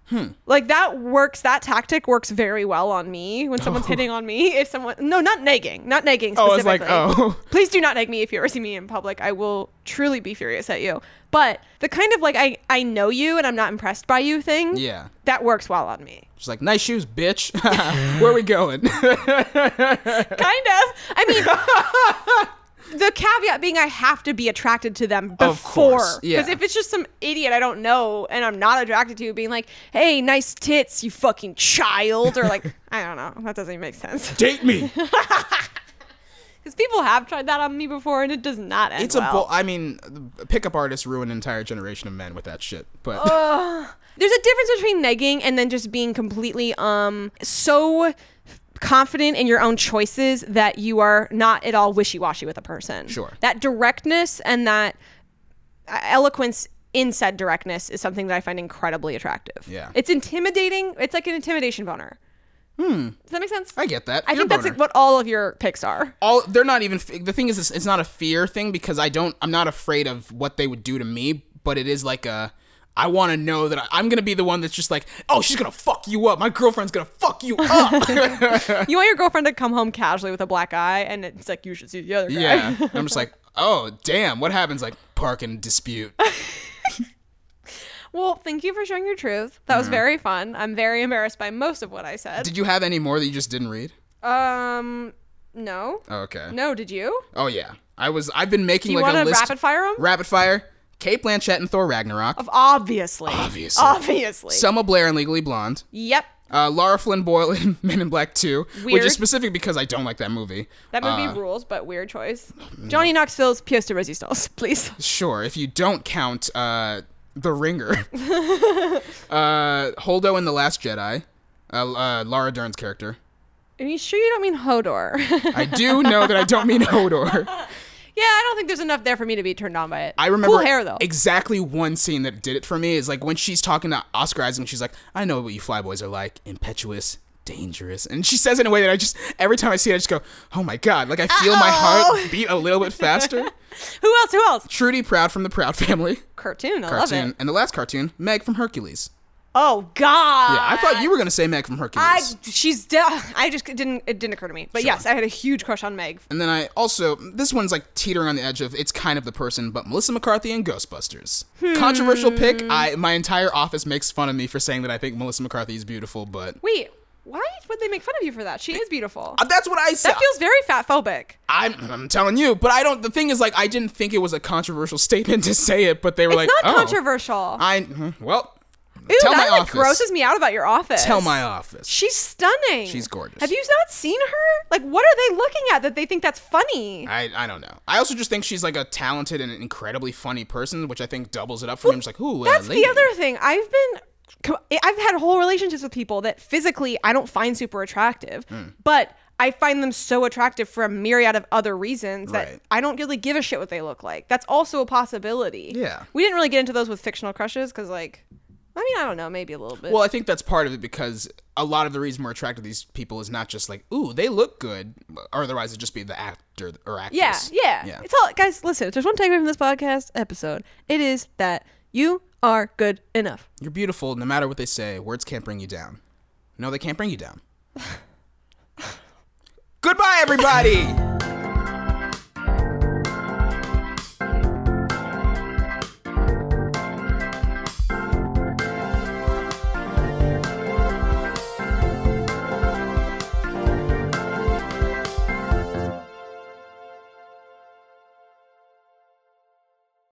Speaker 1: Hmm.
Speaker 2: Like that works. That tactic works very well on me when someone's hitting on me. [LAUGHS] If someone, no, not nagging, not nagging.
Speaker 1: Oh, I was
Speaker 2: specifically.
Speaker 1: like, oh. [LAUGHS]
Speaker 2: Please do not nag me if you ever see me in public. I will truly be furious at you. But the kind of like I I know you and I'm not impressed by you thing.
Speaker 1: Yeah.
Speaker 2: That works well on me.
Speaker 1: She's like, nice shoes, bitch. [LAUGHS] Where we going?
Speaker 2: kind of. I
Speaker 1: [LAUGHS]
Speaker 2: mean, the caveat being I have to be attracted to them before.
Speaker 1: Of course,
Speaker 2: Because
Speaker 1: yeah.
Speaker 2: if it's just some idiot I don't know and I'm not attracted to, being like, "Hey, nice tits, you fucking child,"
Speaker 1: [LAUGHS]
Speaker 2: or like, I don't know, that doesn't even make sense.
Speaker 1: Date [LAUGHS] me.
Speaker 2: Because people have tried that on me before and it does not end
Speaker 1: It's a
Speaker 2: well.
Speaker 1: bull. I mean, the pickup artists ruin an entire generation of men with that shit. But
Speaker 2: Uh, There's a difference between negging and then just being completely um so confident in your own choices that you are not at all wishy-washy with a person.
Speaker 1: Sure.
Speaker 2: That directness and that uh, eloquence in said directness is something that I find incredibly attractive.
Speaker 1: Yeah.
Speaker 2: It's intimidating. It's like an intimidation boner. Hmm. Does that make sense?
Speaker 1: I get that.
Speaker 2: I
Speaker 1: Fear
Speaker 2: think that's
Speaker 1: boner.
Speaker 2: like, what all of your
Speaker 1: [LAUGHS]
Speaker 2: picks are.
Speaker 1: all they're not even f- the thing is it's, it's not a fear thing because i don't i'm not afraid of what they would do to me but it is like a i want to know that I, i'm gonna be the one that's just like oh she's gonna fuck you up my girlfriend's gonna fuck you
Speaker 2: [LAUGHS]
Speaker 1: up [LAUGHS]
Speaker 2: You want your girlfriend to come home casually with a black eye and it's like you should see the other guy.
Speaker 1: yeah And i'm just like oh damn what happens like parking
Speaker 2: [LAUGHS]
Speaker 1: dispute
Speaker 2: Well, thank you for sharing your truth. That
Speaker 1: Mm-hmm.
Speaker 2: was very fun. I'm very embarrassed by most of what I said.
Speaker 1: did you have any more that you just didn't read
Speaker 2: um, no.
Speaker 1: oh, okay
Speaker 2: No, did you?
Speaker 1: oh yeah i was i've been making
Speaker 2: Do you
Speaker 1: like a
Speaker 2: want to
Speaker 1: list
Speaker 2: rapid fire them?
Speaker 1: rapid fire kate blanchett and thor ragnarok
Speaker 2: Obviously.
Speaker 1: Obviously.
Speaker 2: Obviously.
Speaker 1: selma blair and legally blonde
Speaker 2: yep.
Speaker 1: Uh, Laura Flynn Boyle in [LAUGHS] Men in Black 2, which
Speaker 2: Weird.
Speaker 1: is specific because I don't like that movie.
Speaker 2: That movie
Speaker 1: Uh, Oh,
Speaker 2: rules, but weird choice. Johnny Knoxville's Pièce de Resistance, [LAUGHS] please.
Speaker 1: sure, if you don't count uh, The Ringer. uh, Holdo in The Last Jedi, uh, uh, Laura Dern's character.
Speaker 2: Are you sure you don't mean Hodor? [LAUGHS] yeah,
Speaker 1: I do know that I don't mean [LAUGHS] Hodor.
Speaker 2: I don't think there's enough there for me to be turned on by it.
Speaker 1: I remember
Speaker 2: cool hair though.
Speaker 1: exactly one scene that did it for me is like when she's talking to Oscar Isaac and she's like, I know what you flyboys are like, impetuous, dangerous. And she says it in a way that I just, every time I see it, I just go, oh my God. Like I feel my heart beat a little bit
Speaker 2: [LAUGHS]
Speaker 1: faster.
Speaker 2: who else? Who else?
Speaker 1: Trudy Proud from the Proud Family
Speaker 2: Cartoon. I love
Speaker 1: cartoon,
Speaker 2: it.
Speaker 1: and the last cartoon, Meg from Hercules.
Speaker 2: Oh God.
Speaker 1: Yeah, I thought you were gonna say Meg from Hercules.
Speaker 2: I she's de- I just didn't it didn't occur to me. But yes, I had a huge crush on Meg.
Speaker 1: and then I also this one's like teetering on the edge of it's kind of the person, but Melissa McCarthy and Ghostbusters. Controversial
Speaker 2: Hmm.
Speaker 1: pick. I my entire office makes fun of me for saying that I think Melissa McCarthy is beautiful, but
Speaker 2: Wait, why would they make fun of you for that? She is beautiful.
Speaker 1: Uh, that's what I said.
Speaker 2: That feels very fat phobic.
Speaker 1: I'm, I'm telling you, but I don't. The thing is, like, I didn't think it was a controversial [LAUGHS] statement to say it, but they were
Speaker 2: It's
Speaker 1: like,
Speaker 2: not
Speaker 1: oh,
Speaker 2: controversial.
Speaker 1: I mm, well,
Speaker 2: Ew,
Speaker 1: tell my
Speaker 2: that's what
Speaker 1: office.
Speaker 2: grosses me out about your office.
Speaker 1: tell my office.
Speaker 2: She's stunning.
Speaker 1: She's gorgeous.
Speaker 2: Have you not seen her? Like, what are they looking at that they think that's funny?
Speaker 1: I, I don't know. I also just think she's like a talented and incredibly funny person, which I think doubles it up for me. I'm just like, ooh,
Speaker 2: That's
Speaker 1: uh, lady.
Speaker 2: the other thing. I've been, co- I've had whole relationships with people that physically I don't find super attractive,
Speaker 1: Hmm.
Speaker 2: but I find them so attractive for a myriad of other reasons that
Speaker 1: Right.
Speaker 2: I don't really give a shit what they look like. That's also a possibility.
Speaker 1: Yeah.
Speaker 2: We didn't really get into those with fictional crushes because, like, I mean, I don't know, maybe a little bit.
Speaker 1: Well, I think that's part of it because a lot of the reason we're attracted to these people is not just like, ooh, they look good, or otherwise it'd just be the actor or
Speaker 2: Yeah,
Speaker 1: actress.
Speaker 2: yeah,
Speaker 1: Yeah.
Speaker 2: It's all guys, listen, if there's one takeaway from this podcast episode, it is that you are good enough.
Speaker 1: You're beautiful no matter what they say. Words can't bring you down. No, they can't bring you down. Goodbye, everybody!